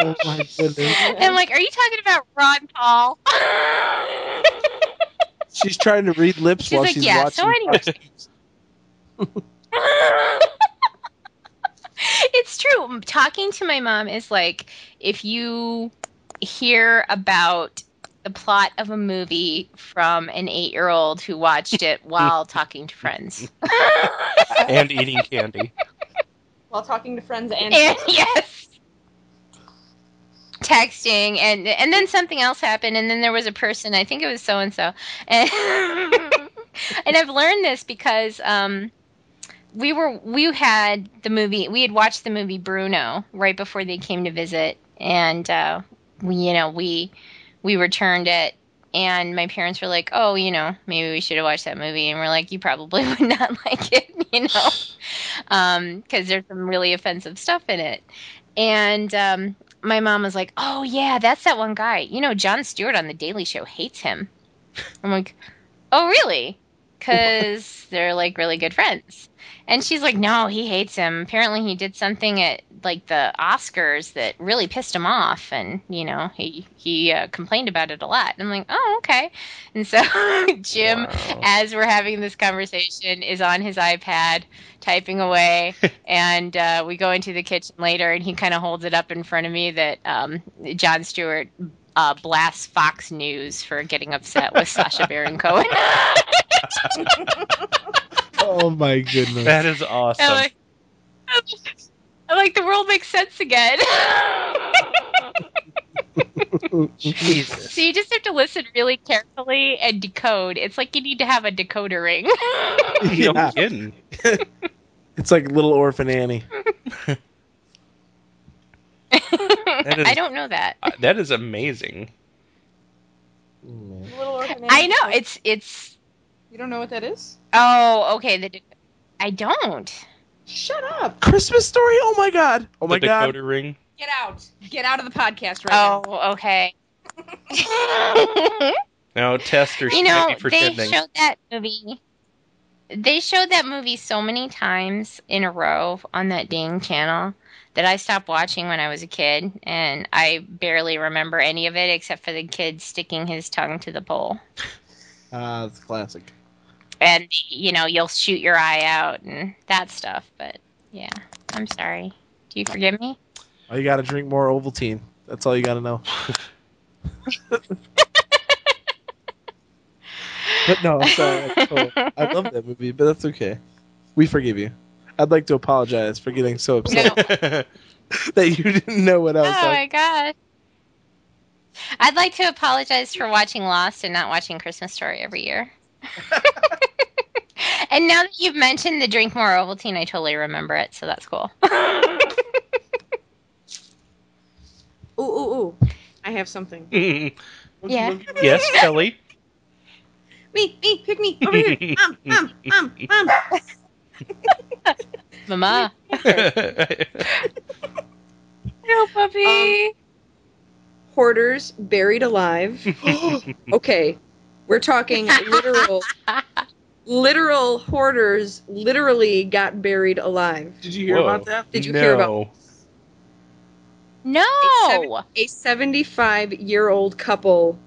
Speaker 3: Oh my goodness.
Speaker 1: and I'm like, "Are you talking about Ron Paul?" (laughs)
Speaker 3: She's trying to read lips
Speaker 1: She's
Speaker 3: while
Speaker 1: like,
Speaker 3: she's
Speaker 1: "Yeah."
Speaker 3: watching.
Speaker 1: So anyway, it's true. Talking to my mom is like if you hear about the plot of a movie from an eight-year-old who watched it while talking to friends.
Speaker 2: And eating candy.
Speaker 4: While talking to friends and,
Speaker 1: and (laughs) yes texting and and then something else happened and then there was a person i think it was so and so (laughs) and and i've learned this because um we were we had the movie we had watched the movie bruno right before they came to visit and uh we, you know we we returned it and my parents were like, "Oh, you know, maybe we should have watched that movie." And we're like, "You probably (laughs) would not like it, (laughs) you know, because um, there's some really offensive stuff in it." And um, my mom was like, "Oh yeah, that's that one guy. You know, John Stewart on the Daily Show hates him." I'm like, "Oh really?" Because they're like really good friends. And she's like, "No, he hates him. Apparently, he did something at like the Oscars that really pissed him off, and you know, he he uh, complained about it a lot." And I'm like, "Oh okay." And so (laughs) Jim,
Speaker 2: Wow.
Speaker 1: as we're having this conversation, is on his iPad typing away and uh, we go into the kitchen later and he kind of holds it up in front of me that um, john stewart uh, blasts fox news for getting upset with sasha baron cohen (laughs)
Speaker 3: Oh my goodness.
Speaker 2: That is
Speaker 1: I'm
Speaker 2: awesome.
Speaker 1: like, I'm like the world makes sense again
Speaker 2: (laughs)
Speaker 1: (laughs)
Speaker 2: Jesus.
Speaker 1: so you just have to listen really carefully and decode it's like you need to have a decoder ring (laughs)
Speaker 2: No
Speaker 3: Yeah.
Speaker 2: kidding.
Speaker 3: It's like little orphan Annie.
Speaker 2: is-
Speaker 1: i don't know that
Speaker 2: Uh, That is amazing.
Speaker 4: Little Orphan
Speaker 1: i
Speaker 4: Annie.
Speaker 1: know it's it's
Speaker 4: You don't know what that is?
Speaker 1: oh okay the, dec- i don't
Speaker 4: Shut up!
Speaker 3: Christmas story. Oh my god. Oh my
Speaker 2: the
Speaker 3: god.
Speaker 2: decoder ring.
Speaker 4: Get out! Get out of the podcast right now.
Speaker 1: Oh, (laughs) okay. you
Speaker 2: No, testers you
Speaker 1: know, they
Speaker 2: pretending.
Speaker 1: showed that movie. They showed that movie so many times in a row on that dang channel that I stopped watching when I was a kid, and I barely remember any of it except for the kid sticking his tongue to the pole.
Speaker 3: Ah, it's classic.
Speaker 1: And, you know, you'll shoot your eye out and that stuff, but yeah, I'm sorry. Do you forgive me?
Speaker 3: Oh, you got to drink more Ovaltine. That's all you got
Speaker 2: (laughs)
Speaker 3: to know. but no, I'm sorry.
Speaker 1: (laughs)
Speaker 3: That's cool. I love that movie, but that's okay. We forgive you. I'd like to apologize for getting so upset (laughs) that you didn't know what I was
Speaker 1: oh
Speaker 3: talking.
Speaker 1: my god. I'd like to apologize for watching Lost and not watching Christmas Story every
Speaker 3: (laughs)
Speaker 1: year. and now that you've mentioned the drink more Ovaltine, I totally remember it, so that's
Speaker 3: (laughs)
Speaker 1: cool. (laughs)
Speaker 4: Ooh, ooh, ooh! I have something.
Speaker 1: Yeah.
Speaker 2: (laughs) yes, Kelly.
Speaker 4: Me, me, pick me over here. Um, Mom, mom, mom, mom.
Speaker 1: Mama. No puppy.
Speaker 4: Hoarders buried alive. okay, we're talking literal, literal hoarders. Literally got buried alive.
Speaker 3: Did you hear
Speaker 2: Whoa.
Speaker 3: about that?
Speaker 4: Did you hear about
Speaker 2: No.
Speaker 1: no.
Speaker 4: a 75 year old couple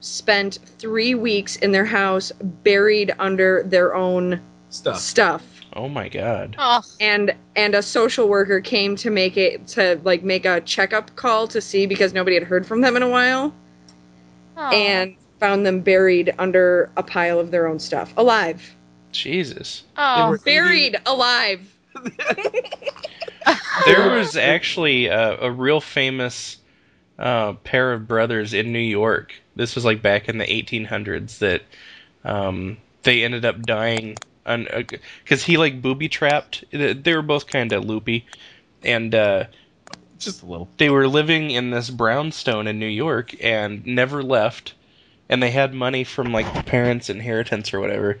Speaker 4: spent three weeks in their house buried under their own
Speaker 3: Stuff.
Speaker 4: stuff
Speaker 2: Oh my god.
Speaker 1: Oh,
Speaker 4: and and a social worker came to make it to like make a checkup call to see because nobody had heard from them in a while
Speaker 1: oh.
Speaker 4: and found them buried under a pile of their own stuff alive
Speaker 2: Jesus.
Speaker 1: oh.
Speaker 3: were-
Speaker 4: buried alive
Speaker 1: Oh.
Speaker 2: There was actually uh, a real famous uh, pair of brothers in New York. This was like back in the 1800s that um, they ended up dying because he like booby trapped. They were both kind of loopy, and uh,
Speaker 3: Just a (laughs) little.
Speaker 2: they were living in this brownstone in New York and never left, and they had money from like the parents' inheritance or whatever,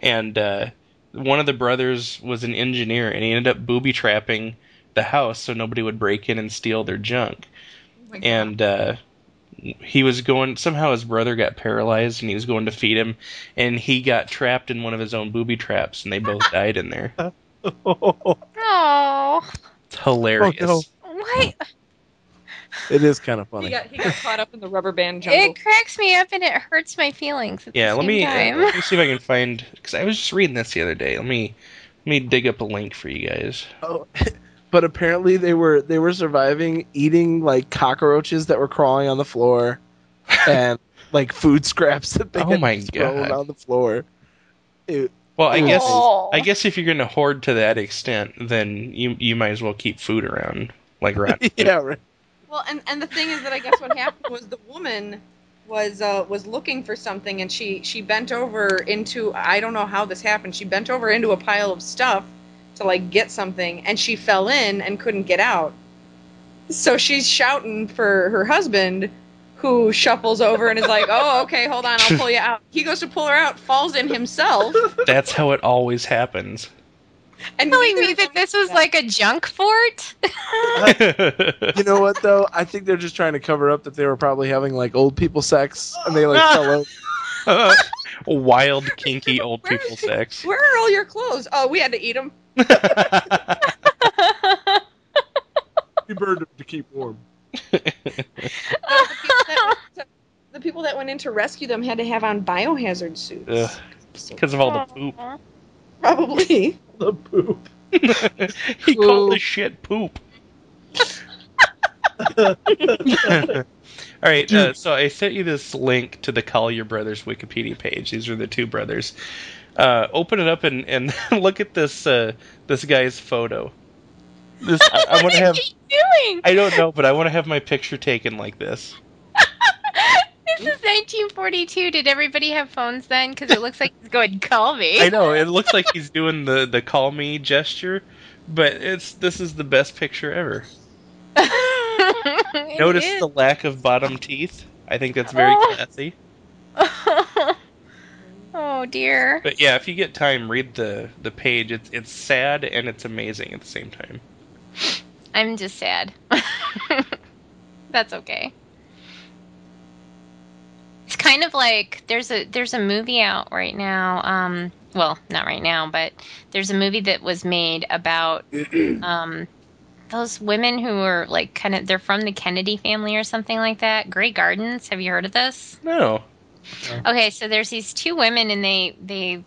Speaker 2: and uh, one of the brothers was an engineer and he ended up booby trapping the house so nobody would break in and steal their junk, and uh, he was going somehow his brother got paralyzed and he was going to feed him, and he got trapped in one of his own booby traps and they
Speaker 3: (laughs)
Speaker 2: both died in there.
Speaker 1: oh.
Speaker 2: It's hilarious.
Speaker 3: Oh, no.
Speaker 1: Why?
Speaker 3: it is kind of
Speaker 4: he
Speaker 3: funny.
Speaker 4: got, he got caught up in the rubber band jungle
Speaker 1: It cracks me up and it hurts my feelings. at
Speaker 2: Yeah,
Speaker 1: the
Speaker 2: let
Speaker 1: same
Speaker 2: me, uh,
Speaker 1: time.
Speaker 2: let me see if I can find because I was just reading this the other day. Let me let me dig up a link for you guys.
Speaker 3: Oh, (laughs) but apparently they were they were surviving eating like cockroaches that were crawling on the (laughs) floor, and like food scraps that they
Speaker 2: Oh
Speaker 3: had
Speaker 2: my
Speaker 3: thrown
Speaker 2: God.
Speaker 3: on the floor. It,
Speaker 2: Well, I guess
Speaker 1: Oh.
Speaker 2: I guess if you're gonna hoard to that extent, then you you might as well keep food around like
Speaker 1: (laughs)
Speaker 2: rotten.
Speaker 3: yeah, right.
Speaker 4: Well, and and the thing is that I guess what happened was the woman was uh, was looking for something, and she she bent over into I don't know how this happened. She bent over into a pile of stuff to like get something, and she fell in and couldn't get out. So she's shouting for her husband, who shuffles over and is like, "Oh, okay, hold on, I'll pull you out." He goes to pull her out, falls in himself,
Speaker 2: That's how it always
Speaker 1: (laughs)
Speaker 2: happens. (laughs)
Speaker 4: and
Speaker 1: Telling
Speaker 4: neither
Speaker 1: me
Speaker 4: of
Speaker 1: that
Speaker 4: them-
Speaker 1: this was like a
Speaker 2: (laughs)
Speaker 1: junk fort?
Speaker 3: You know what though? I think they're just trying to cover up that they were probably having like old people sex and (laughs) they like fell over.
Speaker 2: Wild, kinky old people
Speaker 1: (laughs)
Speaker 2: sex. (laughs)
Speaker 4: Where are all your clothes? Oh, we had to eat them.
Speaker 3: We burned them to keep warm.
Speaker 4: Uh, the, people that went to- the people that went in to rescue them had to have on biohazard suits.
Speaker 2: Because
Speaker 4: So-
Speaker 2: of all the poop.
Speaker 1: Aw.
Speaker 4: (laughs) probably.
Speaker 3: The poop.
Speaker 2: (laughs) he called the shit (laughs) poop. All right, uh, so I sent you this link to the Collier Brothers Wikipedia page. These are the two brothers. Uh, open it up and, and (laughs) look at this uh, this guy's photo. This I, I
Speaker 1: what
Speaker 2: want
Speaker 1: is
Speaker 2: to have.
Speaker 1: he doing?
Speaker 2: I don't know, but I want to have my picture taken like this.
Speaker 1: (laughs) this is 1942. Did everybody have phones then? Because it looks like he's going call me.
Speaker 2: I know it looks like he's doing the the call me gesture, but it's this is the best picture ever.
Speaker 1: (laughs) It
Speaker 2: Notice
Speaker 1: is.
Speaker 2: the lack of bottom teeth. I think that's very
Speaker 1: Oh.
Speaker 2: classy.
Speaker 1: (laughs) oh dear.
Speaker 2: But yeah, if you get time, read the the page. It's it's sad and it's amazing at the same time.
Speaker 1: I'm just sad. (laughs) That's okay. It's kind of like there's a there's a movie out right now. Um, well, not right now, but there's a movie that was made about um, those women who are like kind of they're from the Kennedy family or something like that. Grey Gardens. Have you heard of this?
Speaker 2: No.
Speaker 1: Okay, so there's these two women, and they they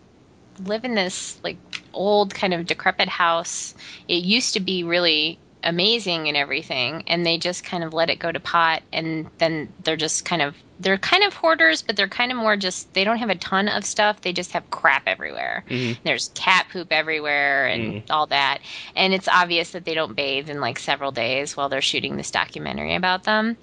Speaker 1: live in this like old kind of decrepit house. It used to be really amazing and everything, and they just kind of let it go to pot. And then they're just kind of they're kind of hoarders, but they're kind of more just they don't have a ton of stuff. They just have crap everywhere.
Speaker 2: Mhm.
Speaker 1: There's cat poop everywhere and all that, and it's obvious that they don't bathe in like several days while they're shooting this documentary about them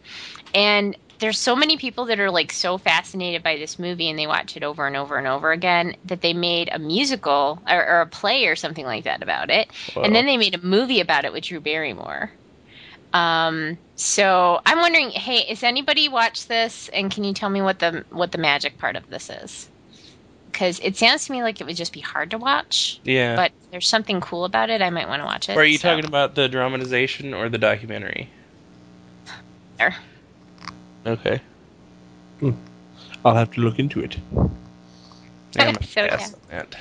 Speaker 1: and there's so many people that are like so fascinated by this movie and they watch it over and over and over again that they made a musical or, or a play or something like that about it
Speaker 2: Wow.
Speaker 1: and then they made a movie about it with drew barrymore um, so i'm wondering hey has anybody watched this and can you tell me what the what the magic part of this is because it sounds to me like it would just be hard to watch
Speaker 2: yeah.
Speaker 1: but if there's something cool about it i might want to watch it
Speaker 2: Or are you
Speaker 1: so.
Speaker 2: talking about the dramatization or the documentary?
Speaker 1: There. (laughs)
Speaker 2: Okay.
Speaker 3: Hmm.
Speaker 2: I'll have to look into it. I'm gonna
Speaker 1: So,
Speaker 2: pass on that.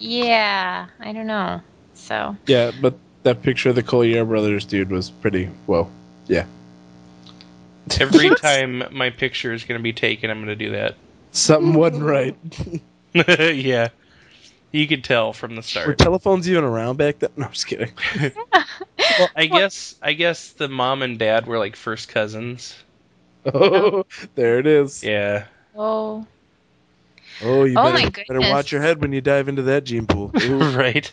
Speaker 1: yeah i don't know so (laughs)
Speaker 3: Yeah, but that picture of the Collier brothers dude was pretty well.
Speaker 2: Every time my picture is going to be taken, I'm going to do
Speaker 3: Something wasn't right.
Speaker 2: that. (laughs) yeah. You could tell from the
Speaker 3: Were
Speaker 2: start.
Speaker 3: telephones even around back then? No, I'm just kidding.
Speaker 2: Well, I guess I guess the mom and dad were like first cousins.
Speaker 3: (laughs) Oh, there it is.
Speaker 2: Yeah.
Speaker 1: oh
Speaker 3: Oh, you
Speaker 1: Oh
Speaker 3: better,
Speaker 1: my
Speaker 3: better
Speaker 1: goodness.
Speaker 3: watch your head when you dive into that gene pool. Ooh.
Speaker 2: (laughs) right.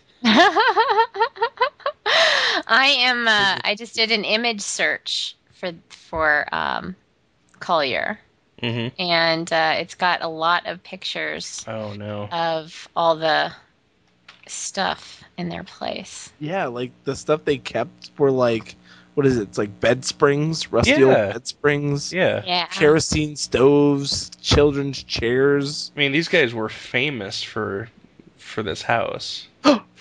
Speaker 1: I am. Uh, I just did an image search for for um, Collier,
Speaker 2: Mhm.
Speaker 1: and uh, it's got a lot of pictures
Speaker 2: Oh
Speaker 1: Uh,
Speaker 2: no.
Speaker 1: of all the stuff in their place.
Speaker 3: (laughs) yeah, like the stuff they kept were like, what is it? It's like bed springs, rusty old
Speaker 2: Yeah.
Speaker 3: bed springs,
Speaker 2: Yeah.
Speaker 1: Yeah.
Speaker 3: kerosene stoves, children's chairs,
Speaker 2: I mean, these guys were famous for for this house.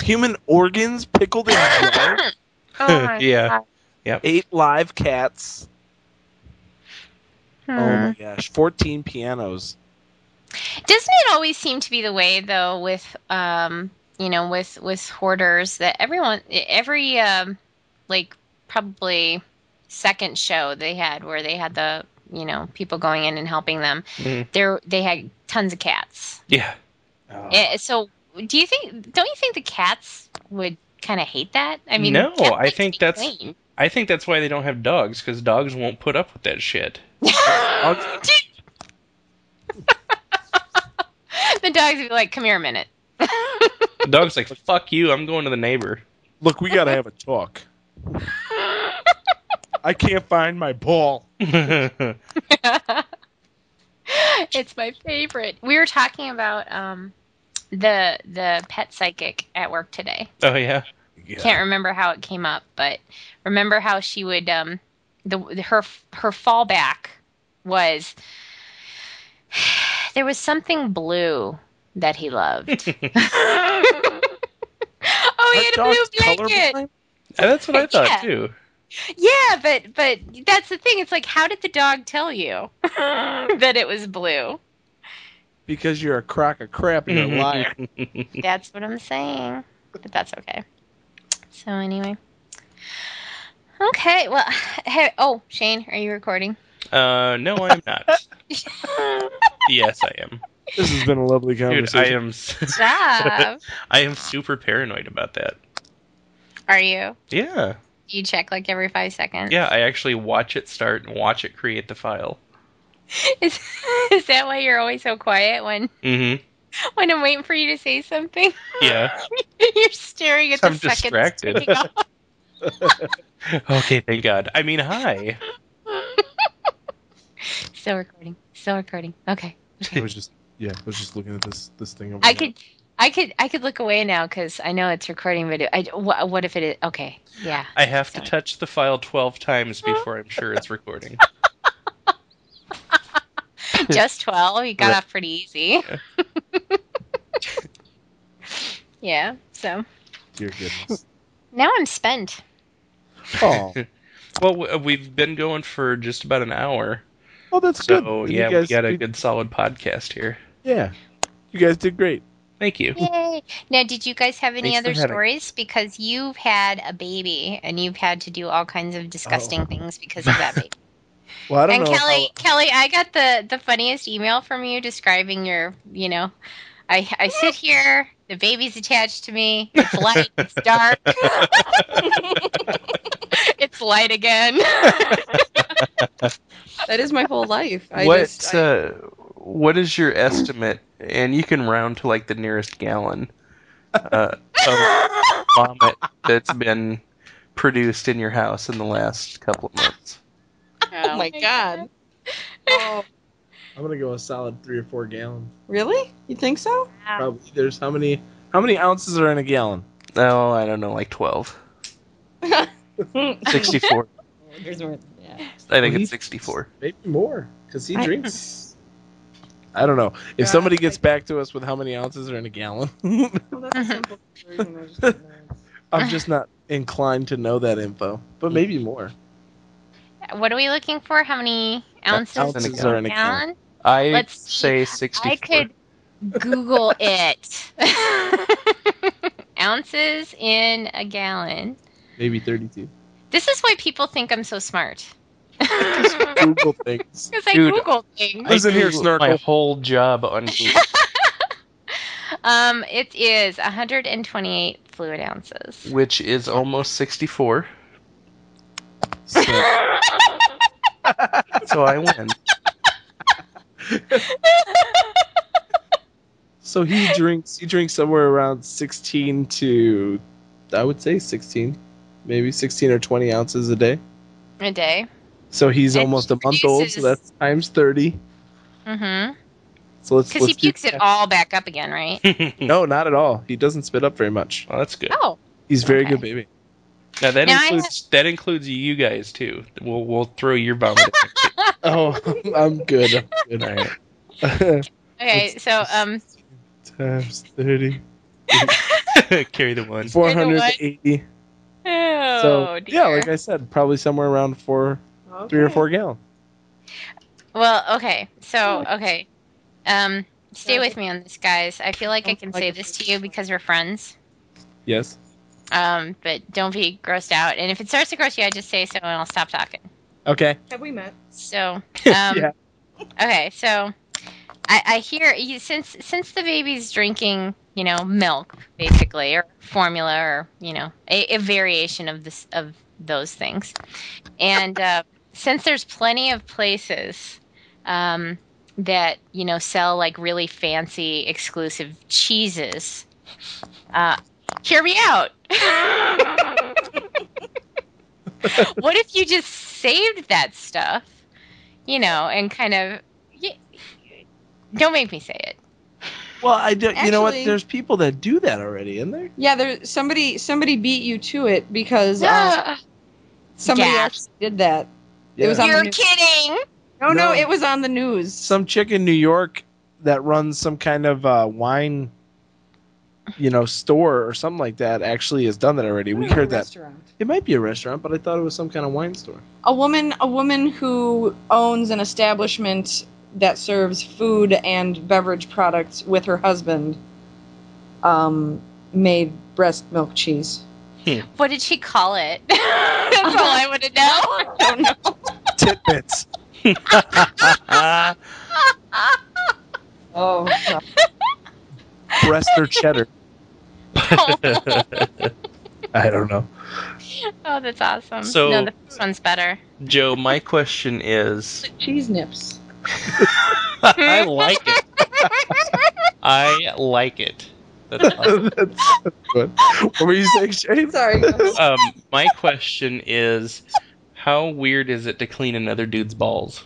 Speaker 3: human organs pickled in (laughs) blood,
Speaker 1: (laughs) Oh my
Speaker 2: Yeah.
Speaker 1: God.
Speaker 3: eight live cats. Oh
Speaker 1: Hmm.
Speaker 3: my gosh, 14 pianos.
Speaker 1: Doesn't it always seem to be the way though with um you know with with hoarders that everyone every um like probably second show they had where they had the you know people going in and helping them
Speaker 2: Mhm.
Speaker 1: there they had tons of cats.
Speaker 2: Yeah. Oh.
Speaker 1: Eh, so do you think don't you think the cats would kind of hate that? I mean
Speaker 2: No,
Speaker 1: cats
Speaker 2: I
Speaker 1: like to
Speaker 2: think
Speaker 1: be
Speaker 2: that's-
Speaker 1: clean.
Speaker 2: I think that's why they don't have dogs because dogs won't put up with that
Speaker 1: (laughs)
Speaker 2: shit.
Speaker 1: (laughs)
Speaker 2: (laughs)
Speaker 1: the dogs would be like come here a minute. (laughs)
Speaker 2: The dog's like, "Fuck you, I'm going to the neighbor." (laughs)
Speaker 3: Look, we gotta have a talk. I can't find my ball.
Speaker 2: yeah.
Speaker 1: it's my favorite. We were talking about um, the the pet psychic at work today.
Speaker 2: Oh yeah. (laughs)
Speaker 1: Can't remember how it came up, but remember how she would um, the her her fallback was (sighs) there was something blue that he
Speaker 2: (laughs)
Speaker 1: loved. (laughs) oh, he had a blue blanket.
Speaker 2: that's what I thought
Speaker 1: Yeah.
Speaker 2: too.
Speaker 1: Yeah, but but that's the thing. It's like, how did the dog tell you that it was blue?
Speaker 3: Because you're a crock of crap and you're
Speaker 1: Mm-hmm.
Speaker 2: Mm-hmm.
Speaker 3: a liar.
Speaker 1: That's what I'm saying. But that's okay. So anyway. Okay, well, (sighs) hey, oh, Shane, are you recording?
Speaker 2: (laughs) Uh, no, I'm
Speaker 1: (laughs)
Speaker 2: not. yes, I am.
Speaker 3: This has been a lovely
Speaker 2: Dude, I
Speaker 3: conversation.
Speaker 2: am.
Speaker 1: (laughs)
Speaker 2: s-
Speaker 1: Stop.
Speaker 2: (laughs) I am super paranoid about that.
Speaker 1: Are you?
Speaker 2: Yeah,
Speaker 1: You check like every five seconds.
Speaker 2: yeah. I actually watch it start and watch it create the file.
Speaker 1: (laughs) Is, is that why you're always so quiet when
Speaker 2: Mm-hmm.
Speaker 1: when I'm waiting for you to say something? (laughs)
Speaker 2: Yeah.
Speaker 1: you're staring at the
Speaker 2: I'm
Speaker 1: seconds
Speaker 2: distracted. (laughs)
Speaker 1: ticking off.
Speaker 2: Okay. Thank God. (laughs) I mean, hi.
Speaker 1: Still recording. Still recording. Okay.
Speaker 3: I was just yeah, I was just looking at this this thing over
Speaker 1: I
Speaker 3: there.
Speaker 1: could, I could, I could look away now because I know it's recording video. I what, what if it is? Okay.
Speaker 2: (laughs)
Speaker 1: Yeah. (laughs)
Speaker 2: I have to
Speaker 1: Sorry.
Speaker 2: touch the file twelve times before I'm sure it's (laughs) recording.
Speaker 1: Just twelve. You got
Speaker 2: Right.
Speaker 1: off pretty easy. (laughs) yeah. So
Speaker 3: Dear
Speaker 1: (laughs)
Speaker 3: goodness.
Speaker 1: now I'm spent.
Speaker 3: Oh,
Speaker 2: (laughs) Well, w- we've been going for just about an hour,
Speaker 3: well, oh, that's good.
Speaker 2: so
Speaker 3: And
Speaker 2: yeah,
Speaker 3: you guys,
Speaker 2: we got a
Speaker 3: you-
Speaker 2: good solid podcast here.
Speaker 3: Yeah, you guys did great.
Speaker 2: Thank you.
Speaker 1: Yay! Now, did you guys have any
Speaker 2: Thanks for
Speaker 1: other
Speaker 2: having me.
Speaker 1: stories? Because you've had a baby and you've had to do all kinds of disgusting things because
Speaker 3: (laughs)
Speaker 1: of that baby.
Speaker 3: Well, Oh. I don't
Speaker 1: and
Speaker 3: know. how-
Speaker 1: Kelly, Kelly, I got the the funniest email from you describing your, you know, I I sit here, the baby's attached to me, it's light, it's
Speaker 3: (laughs)
Speaker 1: dark, (laughs) it's light
Speaker 3: (laughs)
Speaker 1: again. (laughs)
Speaker 4: That is my whole life. I
Speaker 2: what
Speaker 4: just, I-
Speaker 2: uh, what is your estimate? And you can round to like the nearest gallon
Speaker 4: (laughs)
Speaker 2: uh, of vomit that's been produced in your house in the last couple of months.
Speaker 4: (laughs) oh my god. Oh,
Speaker 3: I'm gonna go a solid three or four gallons.
Speaker 4: really? You think so?
Speaker 1: Wow.
Speaker 3: Probably. There's how many? How many ounces are in a gallon?
Speaker 2: Oh, I don't know, like
Speaker 4: (laughs)
Speaker 2: twelve. 64.
Speaker 4: There's more. Yeah.
Speaker 2: I think it's
Speaker 3: Please.
Speaker 2: 64.
Speaker 3: Maybe more, because he
Speaker 4: I-
Speaker 3: drinks. (laughs) I don't know. If
Speaker 4: God,
Speaker 3: somebody gets
Speaker 4: I-
Speaker 3: back to us with how many ounces are in a gallon, (laughs)
Speaker 4: Well, Oh, that's a simple version. I just don't know.
Speaker 3: I'm just not inclined to know that info. But maybe more.
Speaker 1: What are we looking for? How many ounces?
Speaker 2: Ounces
Speaker 1: per
Speaker 3: are in a gallon.
Speaker 2: I
Speaker 1: Let's
Speaker 2: say
Speaker 1: see.
Speaker 2: 64.
Speaker 1: I could Google it. ounces in a gallon.
Speaker 3: Maybe 32.
Speaker 1: This is why people think I'm so smart. (laughs)
Speaker 3: Google things.
Speaker 1: Because I
Speaker 2: Dude,
Speaker 1: Google things.
Speaker 3: Listen here,
Speaker 2: Googled My
Speaker 3: Snorkel.
Speaker 2: whole job on
Speaker 1: (laughs)
Speaker 2: Google.
Speaker 1: Um, it is 128
Speaker 2: (laughs)
Speaker 1: fluid ounces.
Speaker 2: which is almost (laughs) 64.
Speaker 3: So,
Speaker 2: So I (laughs) win.
Speaker 3: so he drinks. He drinks somewhere around 16 to, I would say 16, maybe 16 or 20 ounces a day.
Speaker 1: a day.
Speaker 3: So he's
Speaker 1: And
Speaker 3: almost
Speaker 1: he
Speaker 3: a month old. So
Speaker 1: produces-
Speaker 3: that's times 30.
Speaker 1: Mm-hmm.
Speaker 3: So let's.
Speaker 1: Because he
Speaker 3: let's do
Speaker 1: pukes it
Speaker 3: that.
Speaker 1: all back up again,
Speaker 3: (laughs)
Speaker 1: right?
Speaker 2: well,
Speaker 3: No, not at all. He doesn't spit up very much.
Speaker 2: that's good.
Speaker 1: Oh,
Speaker 3: He's very
Speaker 1: Okay.
Speaker 3: good baby.
Speaker 2: Now that
Speaker 1: Now I
Speaker 2: includes that includes you guys too. We'll we'll throw your vomit. in there, too.
Speaker 3: Oh, (laughs) I'm good. I'm
Speaker 2: All
Speaker 3: good.
Speaker 2: right.
Speaker 1: okay. So, um,
Speaker 3: (laughs) times (laughs) 30.
Speaker 1: (laughs)
Speaker 2: (laughs) Carry the one.
Speaker 3: 480.
Speaker 1: oh,
Speaker 3: so,
Speaker 1: dear.
Speaker 3: yeah, like I said, probably somewhere around four, three or
Speaker 4: Okay.
Speaker 3: four gallon.
Speaker 1: well, okay. So, okay. Um, stay with me on this, guys. I feel like I can say this to you because we're friends.
Speaker 3: Yes.
Speaker 1: Um, but don't be grossed out. And if it starts to gross you out, just say so, and I'll stop talking.
Speaker 3: Okay.
Speaker 4: Have we met?
Speaker 1: So, um,
Speaker 3: Yeah.
Speaker 1: okay, so I, I hear you, since since the baby's drinking, you know, milk basically, or formula, or you know, a, a variation of this of those things, and uh, since there's plenty of places um, that you know sell like really fancy exclusive cheeses, uh, hear me out. (laughs) what if you just saved that stuff, you know, and kind of y- don't make me say it.
Speaker 3: Well, I do, you know what?
Speaker 4: Actually-
Speaker 3: There's people that do that already, isn't there?
Speaker 4: Yeah, there. Somebody, somebody beat you to it because uh, (gasps)
Speaker 1: Ugh.
Speaker 4: somebody
Speaker 1: Yeah.
Speaker 4: actually did that. It was on the
Speaker 1: You're
Speaker 4: news.
Speaker 1: kidding.
Speaker 4: No, no,
Speaker 3: No.
Speaker 4: it was on the news.
Speaker 3: some chick in New York that runs some kind of uh, wine, you know, store or something like that actually has done that already. We heard that.
Speaker 4: Restaurant.
Speaker 3: It might be a restaurant, but I thought it was some kind of wine (laughs) store.
Speaker 4: a woman a woman who owns an establishment that serves food and beverage products with her husband um, made breast milk cheese.
Speaker 1: What did she call it? (laughs) That's all I want to know.
Speaker 4: I don't know.
Speaker 3: Titbits.
Speaker 4: (laughs) Oh, God.
Speaker 3: Breast or cheddar. I don't know.
Speaker 1: (laughs) oh, that's awesome.
Speaker 2: So-
Speaker 1: no, the first one's better.
Speaker 2: Joe, my question is
Speaker 1: (laughs)
Speaker 4: cheese nips.
Speaker 2: I like
Speaker 1: (laughs)
Speaker 2: it. I like it. That's
Speaker 1: (laughs)
Speaker 2: awesome.
Speaker 3: That's good. What were you saying, Shane?
Speaker 4: Sorry.
Speaker 2: um, my question is how weird is it to clean another dude's balls?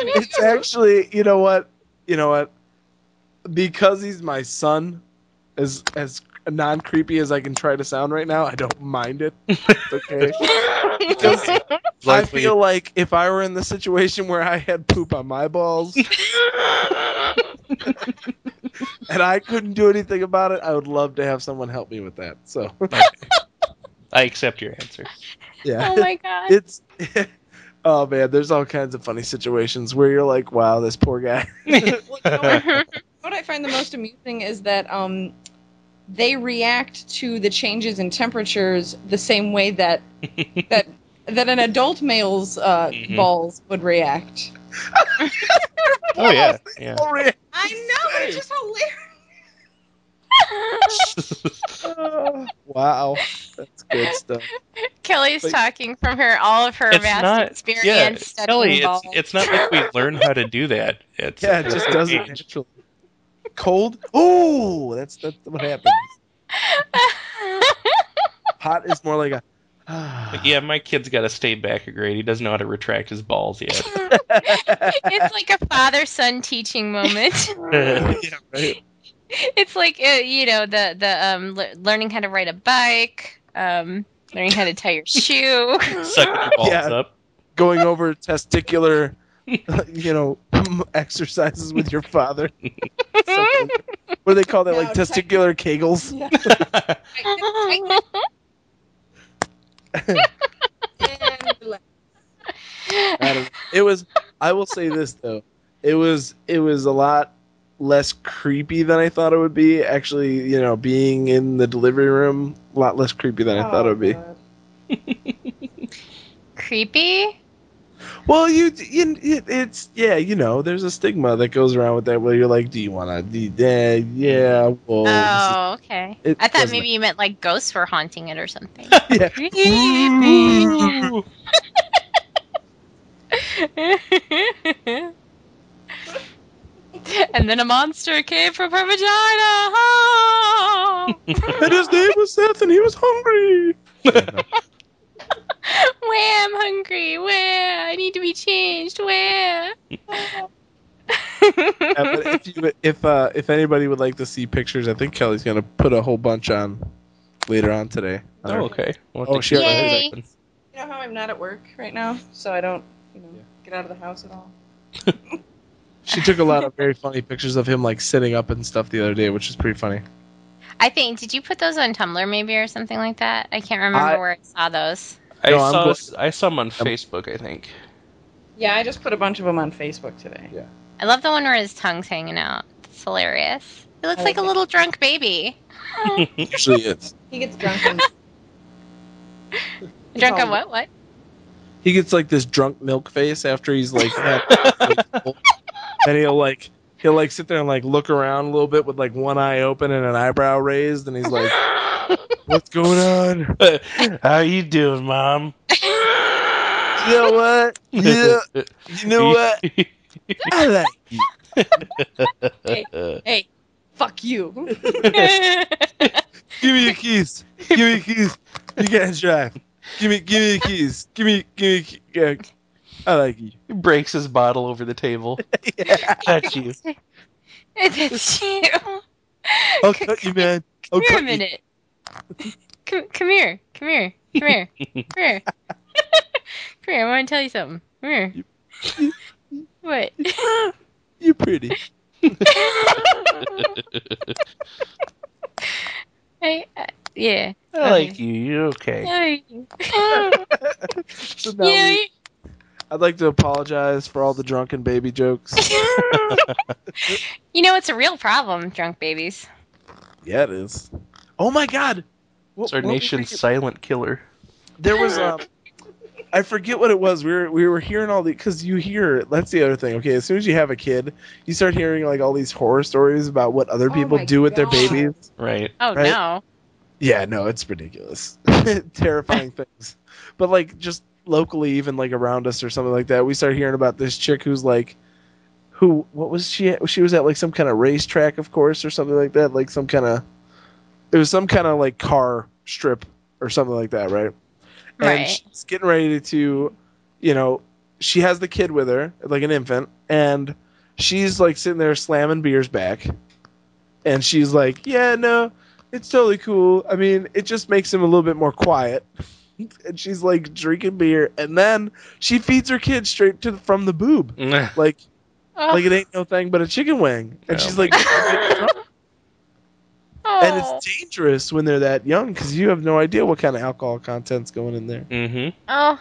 Speaker 3: It's actually, you know what? You know what? Because he's my son, as as non creepy as I can try to sound right now, I don't mind it. It's okay. I
Speaker 2: Leslie-
Speaker 3: feel like if I were in the situation where I had poop on my
Speaker 1: (laughs)
Speaker 3: balls and I couldn't do anything about it, I would love to have someone help me with that. So,
Speaker 2: I accept your
Speaker 3: (laughs)
Speaker 2: answer.
Speaker 3: yeah.
Speaker 1: oh my god.
Speaker 3: (laughs) It's Oh man, there's all kinds of funny situations where you're like, wow, this poor guy.
Speaker 2: Oh,
Speaker 4: What I find the most amusing is that um, they react to the changes in temperatures the same way that that that an adult male's uh,
Speaker 2: Mhm.
Speaker 4: balls would react.
Speaker 2: oh yeah,
Speaker 3: (laughs)
Speaker 2: yeah.
Speaker 4: I know it's just hilarious.
Speaker 3: wow. That's good stuff.
Speaker 1: (laughs) Kelly's
Speaker 3: Like-
Speaker 1: talking from her all of her
Speaker 2: It's
Speaker 1: vast
Speaker 2: not-
Speaker 1: experience
Speaker 2: Yeah,
Speaker 1: studying
Speaker 2: Kelly, it's,
Speaker 1: balls.
Speaker 2: it's not like we learn how to do that. It's
Speaker 3: (laughs) Yeah, it just doesn't naturally. Cold? Oh, that's that's what happens. Hot is more like a (sighs)
Speaker 2: Yeah, my kid's got to stay back a grade. He doesn't know how to retract his balls
Speaker 3: (laughs)
Speaker 2: yet.
Speaker 1: (laughs) it's like a father-son teaching moment.
Speaker 3: (laughs) yeah, right.
Speaker 1: it's like uh, you know the the um le- learning how to ride a bike, um learning how to tie your shoe.
Speaker 2: Sucking your balls
Speaker 3: Yeah. (laughs)
Speaker 2: up.
Speaker 3: going over testicular, (laughs) you know, (laughs) exercises with your father. Something- what do they call that? like
Speaker 4: No,
Speaker 3: testicular kegels?
Speaker 4: Yeah.
Speaker 2: Oh,
Speaker 4: (laughs)
Speaker 3: I don't know. It was. I will say this though, it was it was a lot less creepy than I thought it would be. Actually, you know, being in the delivery room, a lot less creepy than I thought it would
Speaker 4: Oh,
Speaker 3: be.
Speaker 1: (laughs) Creepy.
Speaker 3: Well, you, you it, it's yeah, you know, there's a stigma that goes around with that where you're like, do you want to do that? Yeah, well, this is-
Speaker 1: Oh, okay.
Speaker 3: it
Speaker 1: I thought
Speaker 3: doesn't-
Speaker 1: maybe you meant like ghosts were haunting it or something.
Speaker 3: (laughs) Yeah.
Speaker 1: Creepy. (laughs) and then a monster came from her
Speaker 3: (laughs)
Speaker 1: vagina. Oh.
Speaker 3: (laughs) and his name was Seth, and he was hungry.
Speaker 1: (laughs) Where I'm hungry. Where I need to be changed. Where.
Speaker 3: Yeah, but
Speaker 1: (laughs)
Speaker 3: if you, if uh, if anybody would like to see pictures, I think Kelly's gonna put a whole bunch on later on today. on her-
Speaker 2: Oh, okay. We'll have
Speaker 3: Oh,
Speaker 2: to
Speaker 3: sure.
Speaker 2: keep that
Speaker 1: Yay.
Speaker 2: open.
Speaker 4: You know how I'm not at work right now, so I don't, you know, get out of the house at all.
Speaker 3: She took a lot of very funny pictures of him like sitting up and stuff the other day, which is pretty funny.
Speaker 1: I think did you put those on Tumblr maybe or something like that? I can't remember
Speaker 3: I-
Speaker 1: where I saw those.
Speaker 2: I
Speaker 3: No, I'm
Speaker 2: saw
Speaker 3: going-
Speaker 2: s- I saw him on Facebook. I
Speaker 3: (laughs)
Speaker 2: think.
Speaker 4: Yeah, I just put a bunch of them on Facebook today.
Speaker 1: I love the one where his tongue's hanging out. It's hilarious. He looks
Speaker 4: I
Speaker 1: like a
Speaker 4: like it.
Speaker 1: little drunk baby.
Speaker 3: Usually it's
Speaker 4: He gets drunk. (laughs) And-
Speaker 1: Drunk on
Speaker 4: Oh.
Speaker 1: what? What?
Speaker 3: he gets like this drunk milk face after he's like, (laughs) had- and he'll like he'll like sit there and like look around a little bit with like one eye open and an eyebrow raised, and he's (laughs) like, "What's going on?
Speaker 2: How you doing, mom?
Speaker 3: You know (laughs) what? (laughs) Yeah,
Speaker 2: (laughs)
Speaker 3: you know what? I like you."
Speaker 4: hey, fuck you.
Speaker 3: Give me your keys. Give me your keys. You can't drive. Give me, give me the keys. Give me, give me. The key- I like you.
Speaker 2: He breaks his bottle over the table. That's
Speaker 1: (laughs)
Speaker 2: you.
Speaker 1: That's you. (laughs)
Speaker 3: I'll cut Oh, you, (laughs) man.
Speaker 1: Come here a
Speaker 3: I'll cut you. (laughs)
Speaker 1: minute. Come, come here. Come here. Come here. Come here. Come here, I want to tell you something. Come here.
Speaker 3: (laughs)
Speaker 1: what?
Speaker 3: You're pretty.
Speaker 1: I, uh, yeah.
Speaker 2: I like you. You're okay.
Speaker 1: Hey.
Speaker 3: (laughs) So now
Speaker 1: yeah.
Speaker 3: we- I'd like to apologize for all the drunken baby jokes.
Speaker 1: (laughs) you know, it's a real problem, drunk babies.
Speaker 3: yeah, it is. Oh my god. What-
Speaker 2: It's our
Speaker 3: what were we
Speaker 2: nation's
Speaker 3: thinking?
Speaker 2: silent killer.
Speaker 3: There was um I forget what it was. We were we were hearing all the because you hear that's the other thing. Okay, as soon as you have a kid, you start hearing like all these horror stories about what other
Speaker 4: Oh
Speaker 3: people
Speaker 4: my
Speaker 3: do with their
Speaker 4: God.
Speaker 3: babies.
Speaker 2: Right.
Speaker 1: Oh
Speaker 3: Right?
Speaker 1: no.
Speaker 3: Yeah, no, it's ridiculous. (laughs) Terrifying things. But like just locally even like around us or something like that, we start hearing about this chick who's like who what was she at? She was at like some kind of racetrack, of course, or something like that, like some kind of it was some kind of like car strip or something like that, right? And
Speaker 1: Right. (laughs)
Speaker 3: she's getting ready to, you know, she has the kid with her, like an infant, and she's like sitting there slamming beers back. And she's like, yeah, no, it's totally cool. I mean, it just makes him a little bit more quiet. and she's like drinking beer, and then she feeds her kid straight to the, from the boob. Like,
Speaker 1: oh.
Speaker 3: like it ain't no thing but a chicken wing.
Speaker 2: Oh
Speaker 3: And she's
Speaker 2: my
Speaker 1: (laughs)
Speaker 3: like, and it's dangerous when they're that young because you have no idea what kind of alcohol content's going in there.
Speaker 2: (laughs) mm-hmm.
Speaker 1: oh.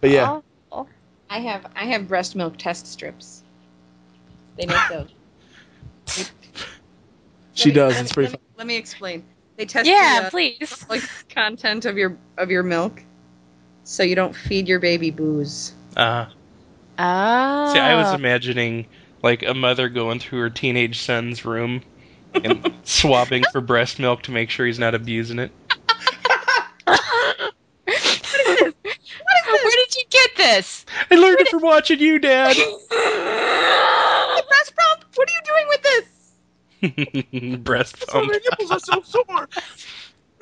Speaker 3: But yeah,
Speaker 1: Oh.
Speaker 4: I have I have breast milk test strips.
Speaker 3: (laughs)
Speaker 4: They make those.
Speaker 3: she
Speaker 4: Let me-
Speaker 3: does.
Speaker 4: let
Speaker 3: It's
Speaker 4: me-
Speaker 3: pretty
Speaker 4: let me, let me explain. They test
Speaker 1: Yeah,
Speaker 4: the, uh,
Speaker 1: please.
Speaker 4: like content of your of your milk, so you don't feed your baby booze.
Speaker 2: Uh,
Speaker 1: Oh.
Speaker 2: see, I was imagining like a mother going through her teenage son's room and (laughs) swabbing for breast milk to make sure he's not abusing it.
Speaker 1: what is this? Where did you get this?
Speaker 2: I learned it from watching you, Dad. (laughs)
Speaker 4: Hey, breast pump, what are you doing with this?
Speaker 2: breast
Speaker 3: fun.
Speaker 2: pump.
Speaker 3: nipples
Speaker 2: (laughs)
Speaker 3: are so sore.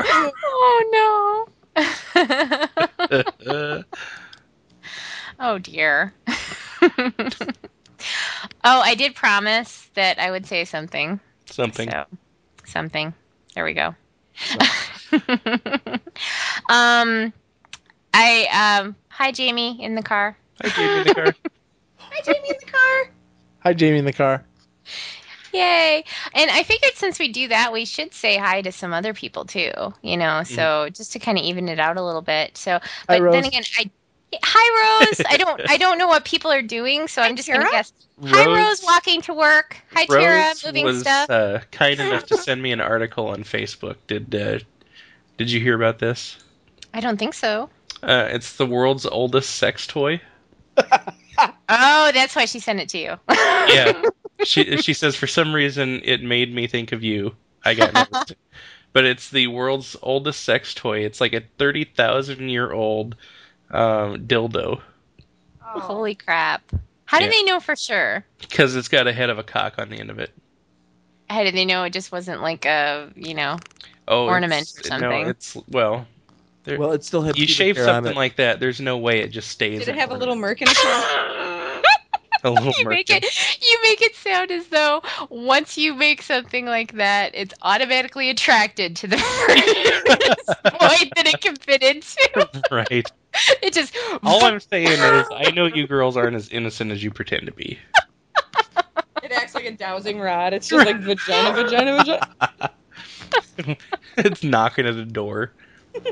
Speaker 1: oh no.
Speaker 2: (laughs) Uh,
Speaker 1: oh dear. oh, I did promise that I would say something.
Speaker 2: (laughs) something.
Speaker 1: So, something. There we go. (laughs) um, I um. Hi, Jamie, in the car.
Speaker 2: I gave you the car.
Speaker 4: Hi, Jamie in the (laughs) car.
Speaker 3: Hi, Jamie in the car.
Speaker 1: Yay! And I figured since we do that, we should say hi to some other people too. You know,
Speaker 2: Mm-hmm.
Speaker 1: so just to kind of even it out a little bit. So,
Speaker 3: Hi,
Speaker 1: but
Speaker 3: Rose.
Speaker 1: then again, I. Hi Rose. I don't.
Speaker 2: (laughs)
Speaker 1: I don't know what people are doing, so I'm just gonna
Speaker 4: Tara.
Speaker 1: guess. Hi Rose, walking to work. Hi Tara,
Speaker 2: Rose
Speaker 1: moving
Speaker 2: was
Speaker 1: stuff.
Speaker 2: Uh, kind enough to send me an article on Facebook. Did uh, Did you hear about this?
Speaker 1: I don't think so.
Speaker 2: Uh, it's the world's oldest sex toy.
Speaker 1: Oh, that's why she sent it to you. (laughs)
Speaker 2: Yeah, she she says for some reason it made me think of you. I got
Speaker 4: (laughs)
Speaker 2: nervous. but it's the world's oldest sex toy. It's like a thirty thousand year old um, dildo
Speaker 4: Oh.
Speaker 1: Holy crap! How
Speaker 2: Yeah.
Speaker 1: do they know for sure?
Speaker 2: because it's got a head of a cock on the end of it.
Speaker 1: How did they know it just wasn't like a you know?
Speaker 2: Oh, it's-
Speaker 1: Ornament or something.
Speaker 2: No, it's well. There-
Speaker 3: Well, it still had
Speaker 2: you
Speaker 3: pubic
Speaker 2: shave
Speaker 3: hair on
Speaker 2: something
Speaker 3: it.
Speaker 2: like that. There's no way it just stays.
Speaker 4: Did it
Speaker 2: an
Speaker 4: have a little
Speaker 2: ornament.
Speaker 4: merc (laughs) in it?
Speaker 2: (laughs) a
Speaker 4: (laughs)
Speaker 2: little
Speaker 1: you make
Speaker 2: merkin.
Speaker 1: it you make it sound as though once you make something like that, it's automatically attracted to the furthest (laughs) point that it can fit into.
Speaker 2: right.
Speaker 1: It just
Speaker 2: All I'm saying is, I know you girls aren't as innocent as you pretend to be. (laughs)
Speaker 4: It acts like a dowsing rod. It's just like vagina, vagina, vagina.
Speaker 2: It's knocking at the
Speaker 4: (laughs)
Speaker 2: door.
Speaker 3: (laughs) it's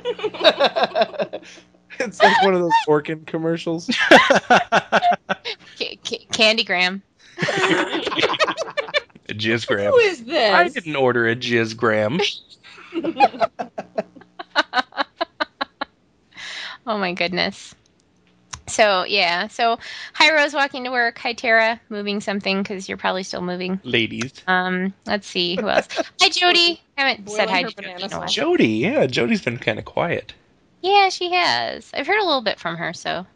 Speaker 3: like one of (laughs) those Orkin commercials.
Speaker 1: (laughs) ca- ca- candygram.
Speaker 4: (laughs)
Speaker 2: A jizz
Speaker 4: Who
Speaker 2: gram.
Speaker 4: is this?
Speaker 2: I didn't order a jizz gram.
Speaker 1: Oh my goodness. So yeah, so hi Rose, walking to work. Hi Tara, moving something because you're probably still moving.
Speaker 2: Ladies.
Speaker 1: Um, let's see
Speaker 2: (laughs)
Speaker 1: who else. Hi Jody. haven't said
Speaker 4: Boiling
Speaker 1: hi
Speaker 4: her
Speaker 1: to Jody in a
Speaker 4: banana
Speaker 1: while.
Speaker 4: sauce.
Speaker 2: Jody, yeah, Jody's been kind of quiet. (laughs)
Speaker 1: Yeah, she has. I've heard a little bit from her, so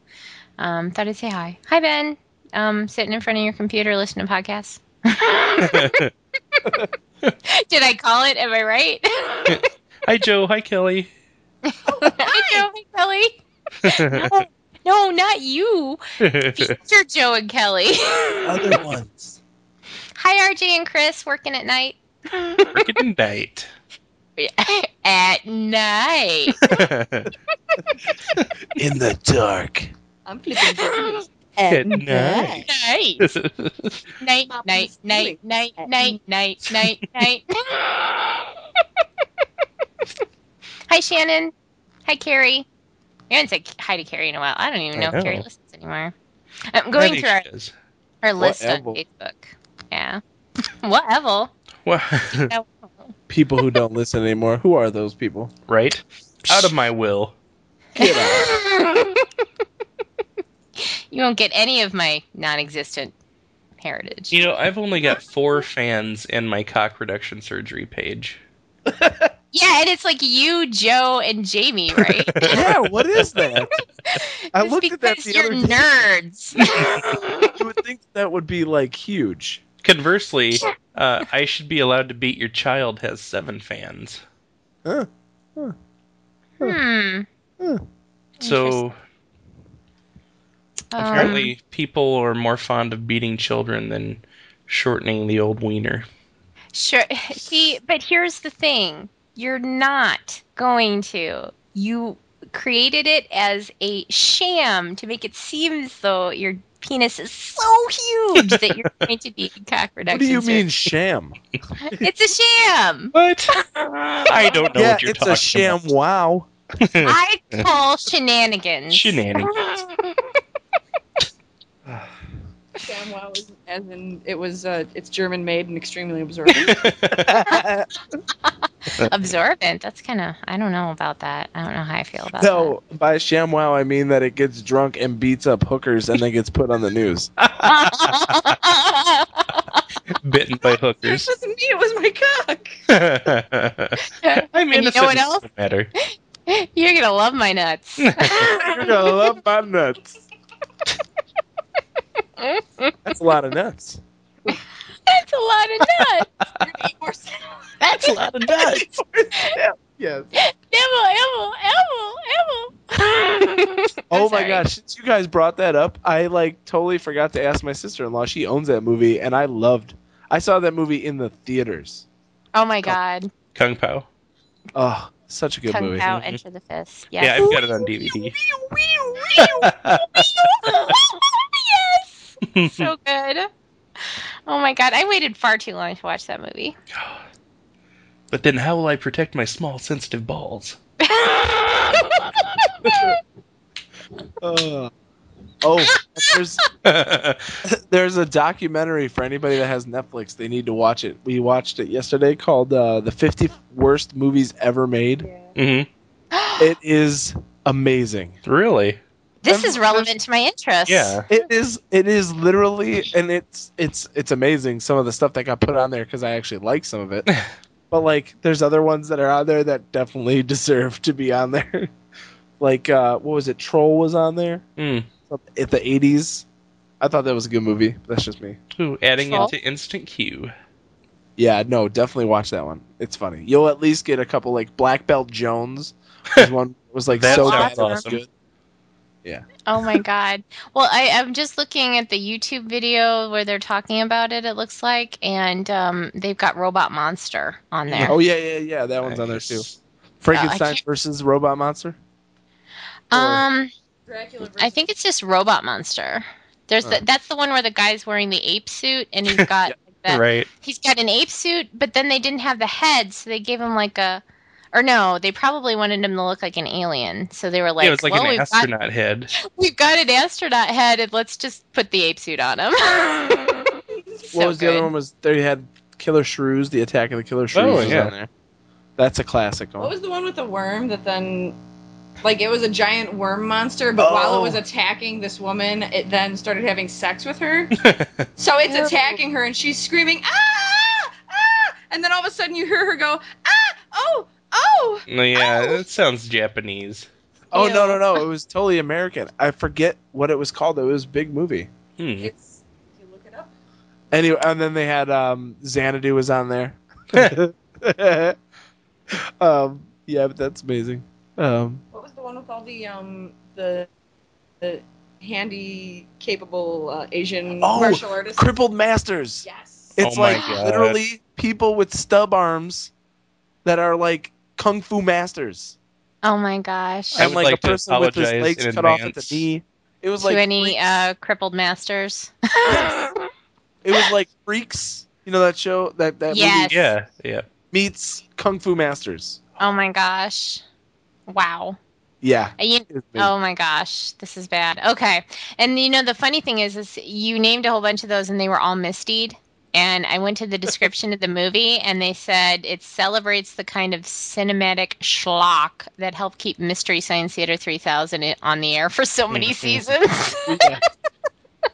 Speaker 1: um, thought I'd say hi. Hi, Ben. Um, sitting in front of your computer listening to podcasts.
Speaker 2: Hi,
Speaker 1: (laughs) Did I call it? Am I (laughs) right?
Speaker 2: Joe. Hi, Kelly.
Speaker 1: hi, Joe. Hi, Kelly. No, no, not you. Future Joe and Kelly. (laughs)
Speaker 3: Other ones.
Speaker 1: hi, RJ and Chris, working at night.
Speaker 2: Freaking night.
Speaker 1: (laughs) at night.
Speaker 3: in the dark.
Speaker 4: I'm flipping burgers.
Speaker 2: (laughs) At night.
Speaker 1: night, night, night, night, night, night, night, night, night. hi, Shannon. Hi, Carrie. I haven't said hi to Carrie in a while. I don't even
Speaker 2: I
Speaker 1: know, if Carrie
Speaker 2: know.
Speaker 1: listens anymore. I'm going
Speaker 2: Maybe
Speaker 1: through our,
Speaker 2: she is.
Speaker 1: our list
Speaker 3: Whatever.
Speaker 1: on Facebook. Yeah. (laughs) Whatever.
Speaker 2: Well,
Speaker 1: No.
Speaker 3: People who don't listen anymore. Who are those people?
Speaker 2: right? Out of my will.
Speaker 3: Get
Speaker 1: (laughs) you won't get any of my non-existent heritage.
Speaker 2: You know, I've only got four fans in my cock reduction surgery page.
Speaker 1: Yeah, and it's like you, Joe, and Jamie, right?
Speaker 3: yeah, what (laughs) is that? I
Speaker 1: It's
Speaker 3: looked at that
Speaker 1: because
Speaker 3: the
Speaker 1: you're
Speaker 3: other day.
Speaker 1: nerds.
Speaker 3: You would think that would be like huge.
Speaker 2: Conversely, uh, I should be allowed to beat your child has seven fans.
Speaker 1: hmm.
Speaker 2: So apparently, people are more fond of beating children than shortening the old wiener.
Speaker 1: Um, sure. (laughs) See, but here's the thing: you're not going to. You created it as a sham to make it seem as though your penis is so huge that
Speaker 3: (laughs)
Speaker 1: you're going to be cock reduction.
Speaker 3: What do you
Speaker 1: surgery.
Speaker 3: mean sham?
Speaker 1: (laughs) It's a
Speaker 3: (laughs)
Speaker 1: sham.
Speaker 2: What? (laughs) I don't know
Speaker 3: yeah,
Speaker 2: what you're
Speaker 3: it's
Speaker 2: talking
Speaker 3: a sham.
Speaker 2: about.
Speaker 1: (laughs)
Speaker 3: Wow. (laughs)
Speaker 1: I call shenanigans.
Speaker 2: Shenanigans.
Speaker 4: ShamWow is, as in it was, uh, it's German made and extremely observant.
Speaker 1: (laughs)
Speaker 2: (laughs)
Speaker 1: Absorbent. That's kind of. I don't know about that. I don't know how I feel about that.
Speaker 3: No, by sham wow I mean that it gets drunk and beats up hookers and then gets put on the news.
Speaker 2: Bitten by
Speaker 4: (laughs) it
Speaker 2: hookers.
Speaker 4: wasn't me. It was my cock.
Speaker 2: (laughs) I'm
Speaker 1: you know
Speaker 2: innocent.
Speaker 1: what
Speaker 2: it
Speaker 1: else?
Speaker 2: doesn't matter.
Speaker 1: (laughs) You're gonna love my nuts.
Speaker 3: (laughs) You're gonna love my nuts. That's a lot of nuts.
Speaker 1: (laughs) That's a lot of nuts. That's a lot of
Speaker 3: nuts. yes.
Speaker 1: Evil, evil, evil, evil.
Speaker 3: Oh
Speaker 1: I'm
Speaker 3: my
Speaker 1: sorry.
Speaker 3: gosh! Since you guys brought that up, I like totally forgot to ask my sister-in-law. She owns that movie, and I loved. I saw that movie in the theaters.
Speaker 1: Oh my god.
Speaker 2: Kung Pao.
Speaker 3: Oh, such a good
Speaker 1: Kung
Speaker 3: movie.
Speaker 1: Pao, Enter the Fist. Yes.
Speaker 2: Yeah, I've got it on DVD.
Speaker 1: yes.
Speaker 2: (laughs)
Speaker 1: (laughs) So good. Oh my god. I waited far too long to watch that movie. (laughs)
Speaker 2: but then how will I protect my small, sensitive balls? (laughs)
Speaker 3: Ugh. oh, there's (laughs)
Speaker 2: Mm-hmm.
Speaker 3: there's a documentary for anybody that has Netflix. They need to watch it. We watched it yesterday called uh, "The 50 Worst Movies Ever Made."
Speaker 2: hmm
Speaker 3: It is amazing.
Speaker 2: Really?
Speaker 1: this is relevant to my interests.
Speaker 2: Yeah.
Speaker 3: It is. It is literally, and it's it's it's amazing. Some of the stuff that got put on there because I actually like some of it.
Speaker 2: (laughs)
Speaker 3: but like, there's other ones that are on there that definitely (laughs) deserve to be on there. (laughs) like, uh, what was it? Troll was on there
Speaker 2: Mm.
Speaker 3: at the '80s. I thought that was a good movie. That's just me.
Speaker 2: Ooh, adding
Speaker 1: Salt.
Speaker 2: it to Instant Queue.
Speaker 3: Yeah, no, definitely watch that one. It's funny. You'll at least get a couple like Black
Speaker 2: (laughs)
Speaker 3: Belt Jones. Was one was like
Speaker 2: That
Speaker 3: so
Speaker 1: sounds
Speaker 3: bad it was
Speaker 2: awesome.
Speaker 3: good.
Speaker 1: Oh my god. Well, I, I'm just looking at the YouTube video where they're talking about it, it looks like, and um, they've got Robot Monster on there.
Speaker 3: Oh yeah, yeah, yeah. That one's on there too. Frankenstein
Speaker 1: can't-
Speaker 3: versus Robot Monster.
Speaker 1: um,
Speaker 4: Dracula versus
Speaker 1: I think it's just Robot Monster. There's the,
Speaker 3: Huh.
Speaker 1: that's the one where the guy's wearing the ape suit and
Speaker 2: (laughs)
Speaker 1: he's got like that.
Speaker 2: Right.
Speaker 1: He's got an ape suit, but then they didn't have the head, so they gave him like a or no, they probably wanted him to look like an alien. So they were like,
Speaker 2: yeah, it was like
Speaker 1: well,
Speaker 2: an
Speaker 1: we've got
Speaker 2: astronaut head.
Speaker 1: we've got an astronaut head and let's just put the ape suit on him.
Speaker 3: what was the other one? Was they had Killer Shrews? The Attack of the Killer Shrews
Speaker 2: Oh,
Speaker 3: was
Speaker 2: yeah.
Speaker 3: on there. That's a classic one.
Speaker 4: What was the one with the worm that then, like, it was a giant worm monster, but while
Speaker 3: Oh.
Speaker 4: it was attacking this woman, it then started having sex
Speaker 2: (laughs)
Speaker 4: with her. so it's
Speaker 1: No.
Speaker 4: attacking her, and she's screaming, ah, ah, and then all of a sudden you hear her go, ah, oh, oh.
Speaker 2: No, yeah, that sounds Japanese.
Speaker 3: oh no, no,
Speaker 4: Ew.
Speaker 3: no! It was totally American. I forget what it was called. It was a big movie.
Speaker 2: Hmm.
Speaker 4: It's, if you look it up.
Speaker 3: Anyway, and then they had um, Xanadu was on
Speaker 2: (laughs)
Speaker 3: there. um, yeah, but that's amazing. Um,
Speaker 4: What was the one with all the, um, the, the handy, capable uh, Asian
Speaker 3: Oh,
Speaker 4: martial artists?
Speaker 3: crippled Masters.
Speaker 4: yes.
Speaker 3: It's
Speaker 2: Oh my
Speaker 3: like
Speaker 2: God.
Speaker 3: literally people with stub arms that are like kung fu masters.
Speaker 1: Oh my gosh.
Speaker 2: I
Speaker 3: and
Speaker 2: would
Speaker 3: like,
Speaker 2: like
Speaker 3: a
Speaker 2: to
Speaker 3: person with his
Speaker 2: apologize
Speaker 3: legs
Speaker 2: in
Speaker 3: cut off at the
Speaker 2: advance.
Speaker 3: knee. It was
Speaker 1: to
Speaker 3: like
Speaker 1: any
Speaker 3: freaks.
Speaker 1: uh, crippled masters.
Speaker 3: it was like freaks. You know that show that that
Speaker 1: Yes.
Speaker 3: movie
Speaker 2: Yeah, yeah.
Speaker 3: meets kung fu masters.
Speaker 1: oh my gosh. Wow.
Speaker 3: Yeah.
Speaker 1: And you-
Speaker 3: It's me.
Speaker 1: oh my gosh. This is bad. Okay. And you know the funny thing is is you named a whole bunch of those and they were all misdeed. And I went to the description of the movie and they said it celebrates the kind of cinematic schlock that helped keep Mystery Science Theater 3000 i- on the air for so many
Speaker 2: Mhm.
Speaker 1: seasons.
Speaker 3: Yeah.
Speaker 1: (laughs)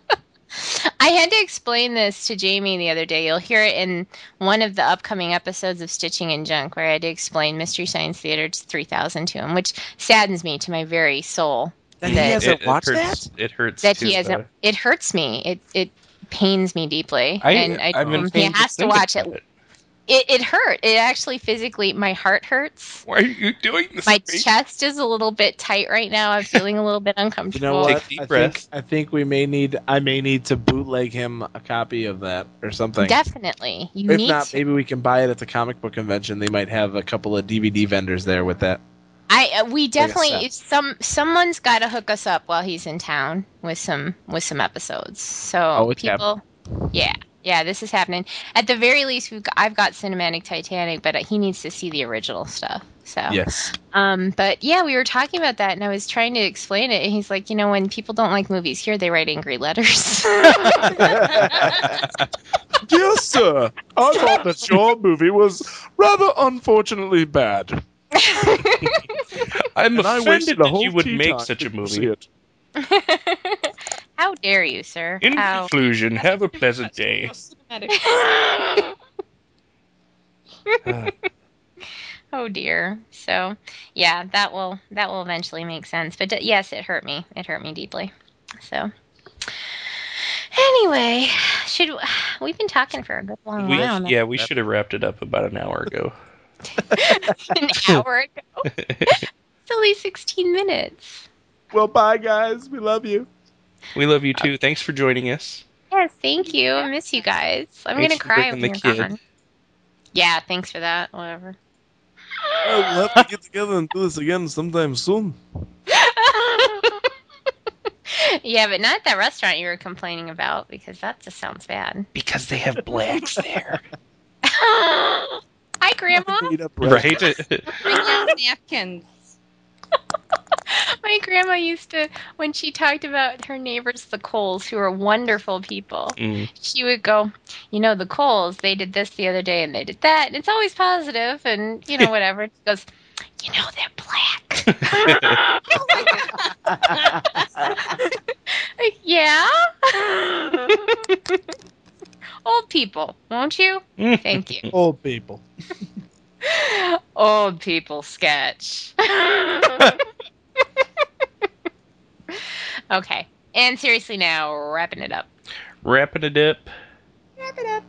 Speaker 1: I had to explain this to Jamie the other day. You'll hear it in one of the upcoming episodes of Stitching and Junk, where I had to explain Mystery Science Theater to 3000 to him, which saddens me to my very soul.
Speaker 2: Oh,
Speaker 3: That
Speaker 1: That-
Speaker 3: he hasn't watched
Speaker 2: hurts,
Speaker 3: that.
Speaker 2: It hurts
Speaker 1: That
Speaker 2: too,
Speaker 1: he hasn't.
Speaker 2: though.
Speaker 1: It hurts me. It it pains me deeply,
Speaker 2: I,
Speaker 1: and I
Speaker 2: I'm
Speaker 1: told him
Speaker 2: in
Speaker 1: he
Speaker 2: pain
Speaker 1: has to
Speaker 2: think
Speaker 1: watch it.
Speaker 2: about
Speaker 1: It it hurt. It actually physically, my heart hurts.
Speaker 2: Why are you doing this?
Speaker 1: My
Speaker 2: to me?
Speaker 1: chest is a little bit tight right now. I'm feeling a little bit
Speaker 3: (laughs) You
Speaker 1: uncomfortable.
Speaker 3: know what?
Speaker 2: Take deep
Speaker 3: I think
Speaker 2: breaths.
Speaker 3: I think we may need I may need to bootleg him a copy of that or something.
Speaker 1: Definitely, you
Speaker 3: if
Speaker 1: need
Speaker 3: not,
Speaker 1: to.
Speaker 3: maybe we can buy it at the comic book convention. They might have a couple of DVD vendors there with that.
Speaker 1: I uh, we
Speaker 3: set.
Speaker 1: definitely some someone's got to hook us up while he's in town with some with some episodes. So
Speaker 3: Oh, it's
Speaker 1: people, yeah, yeah, this is happening. At the very least, we've got, I've got cinematic Titanic, but he needs to see the original stuff. So
Speaker 3: Yes.
Speaker 1: um, but yeah, we were talking about that, and I was trying to explain it, and he's like, you know, when people don't like movies here, they write angry letters.
Speaker 2: (laughs)
Speaker 1: (laughs)
Speaker 3: (laughs) yes, sir. I thought that your movie was rather unfortunately bad.
Speaker 2: I'm
Speaker 3: And I wish
Speaker 2: offended
Speaker 3: the
Speaker 2: that
Speaker 3: whole
Speaker 2: you would
Speaker 3: tea
Speaker 2: make
Speaker 3: time
Speaker 2: such a
Speaker 3: didn't
Speaker 2: movie.
Speaker 3: see it.
Speaker 1: How dare you, sir?
Speaker 2: In
Speaker 1: How?
Speaker 2: conclusion, have a pleasant day. Uh,
Speaker 1: (laughs) Oh dear. So, yeah, that will that will eventually make sense. But d- yes, it hurt me. It hurt me deeply. So, anyway, should we've been talking for a good long
Speaker 2: we,
Speaker 1: while now.
Speaker 2: yeah, we should have wrapped it up about an hour ago.
Speaker 1: (laughs) An hour ago. (laughs) it's only 16 minutes.
Speaker 3: Well, bye, guys. We love you.
Speaker 2: We love you too. Thanks for joining us.
Speaker 1: Yes, thank you. I miss you guys. I'm
Speaker 2: Thanks
Speaker 1: gonna
Speaker 2: for
Speaker 1: cry
Speaker 2: bringing
Speaker 1: when
Speaker 2: the
Speaker 1: you're
Speaker 2: kid.
Speaker 1: gone. Yeah, thanks for that. (laughs) Whatever.
Speaker 3: We'll have to get together and do this again sometime soon.
Speaker 1: yeah, but not at that restaurant you were complaining about because that just sounds bad.
Speaker 2: Because they have blacks there.
Speaker 1: (laughs) Hi, Grandma.
Speaker 3: Meet up
Speaker 2: (laughs) right? (laughs)
Speaker 4: Bring out napkins.
Speaker 1: My grandma used to, when she talked about her neighbors, the Coles, who are wonderful people,
Speaker 2: Mm. (laughs)
Speaker 1: she would go, You know, the Coles, they did this the other day and they did that. And it's always positive and, you know, whatever. And she goes, You know, they're
Speaker 2: (laughs)
Speaker 1: black. (laughs) Like, yeah. (laughs) Old people, won't you? Thank you.
Speaker 3: Old people.
Speaker 1: Old people sketch. (laughs) okay. And seriously now, wrapping it up.
Speaker 2: Wrapping it up.
Speaker 4: Wrap it up.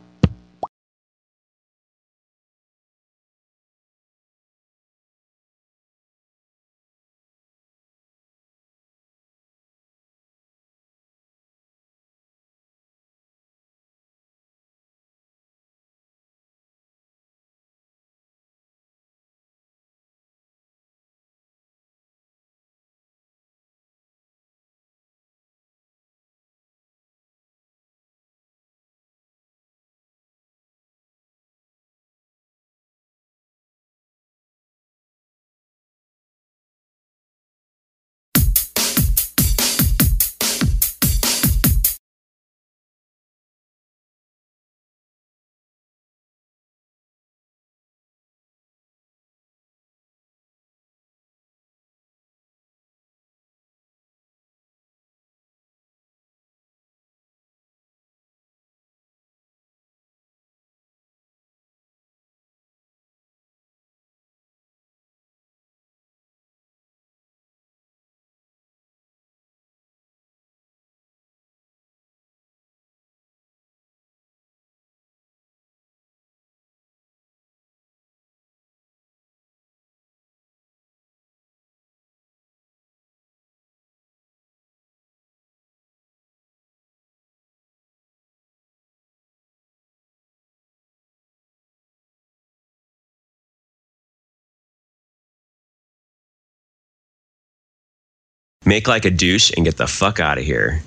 Speaker 5: Make like a douche and get the fuck out of here.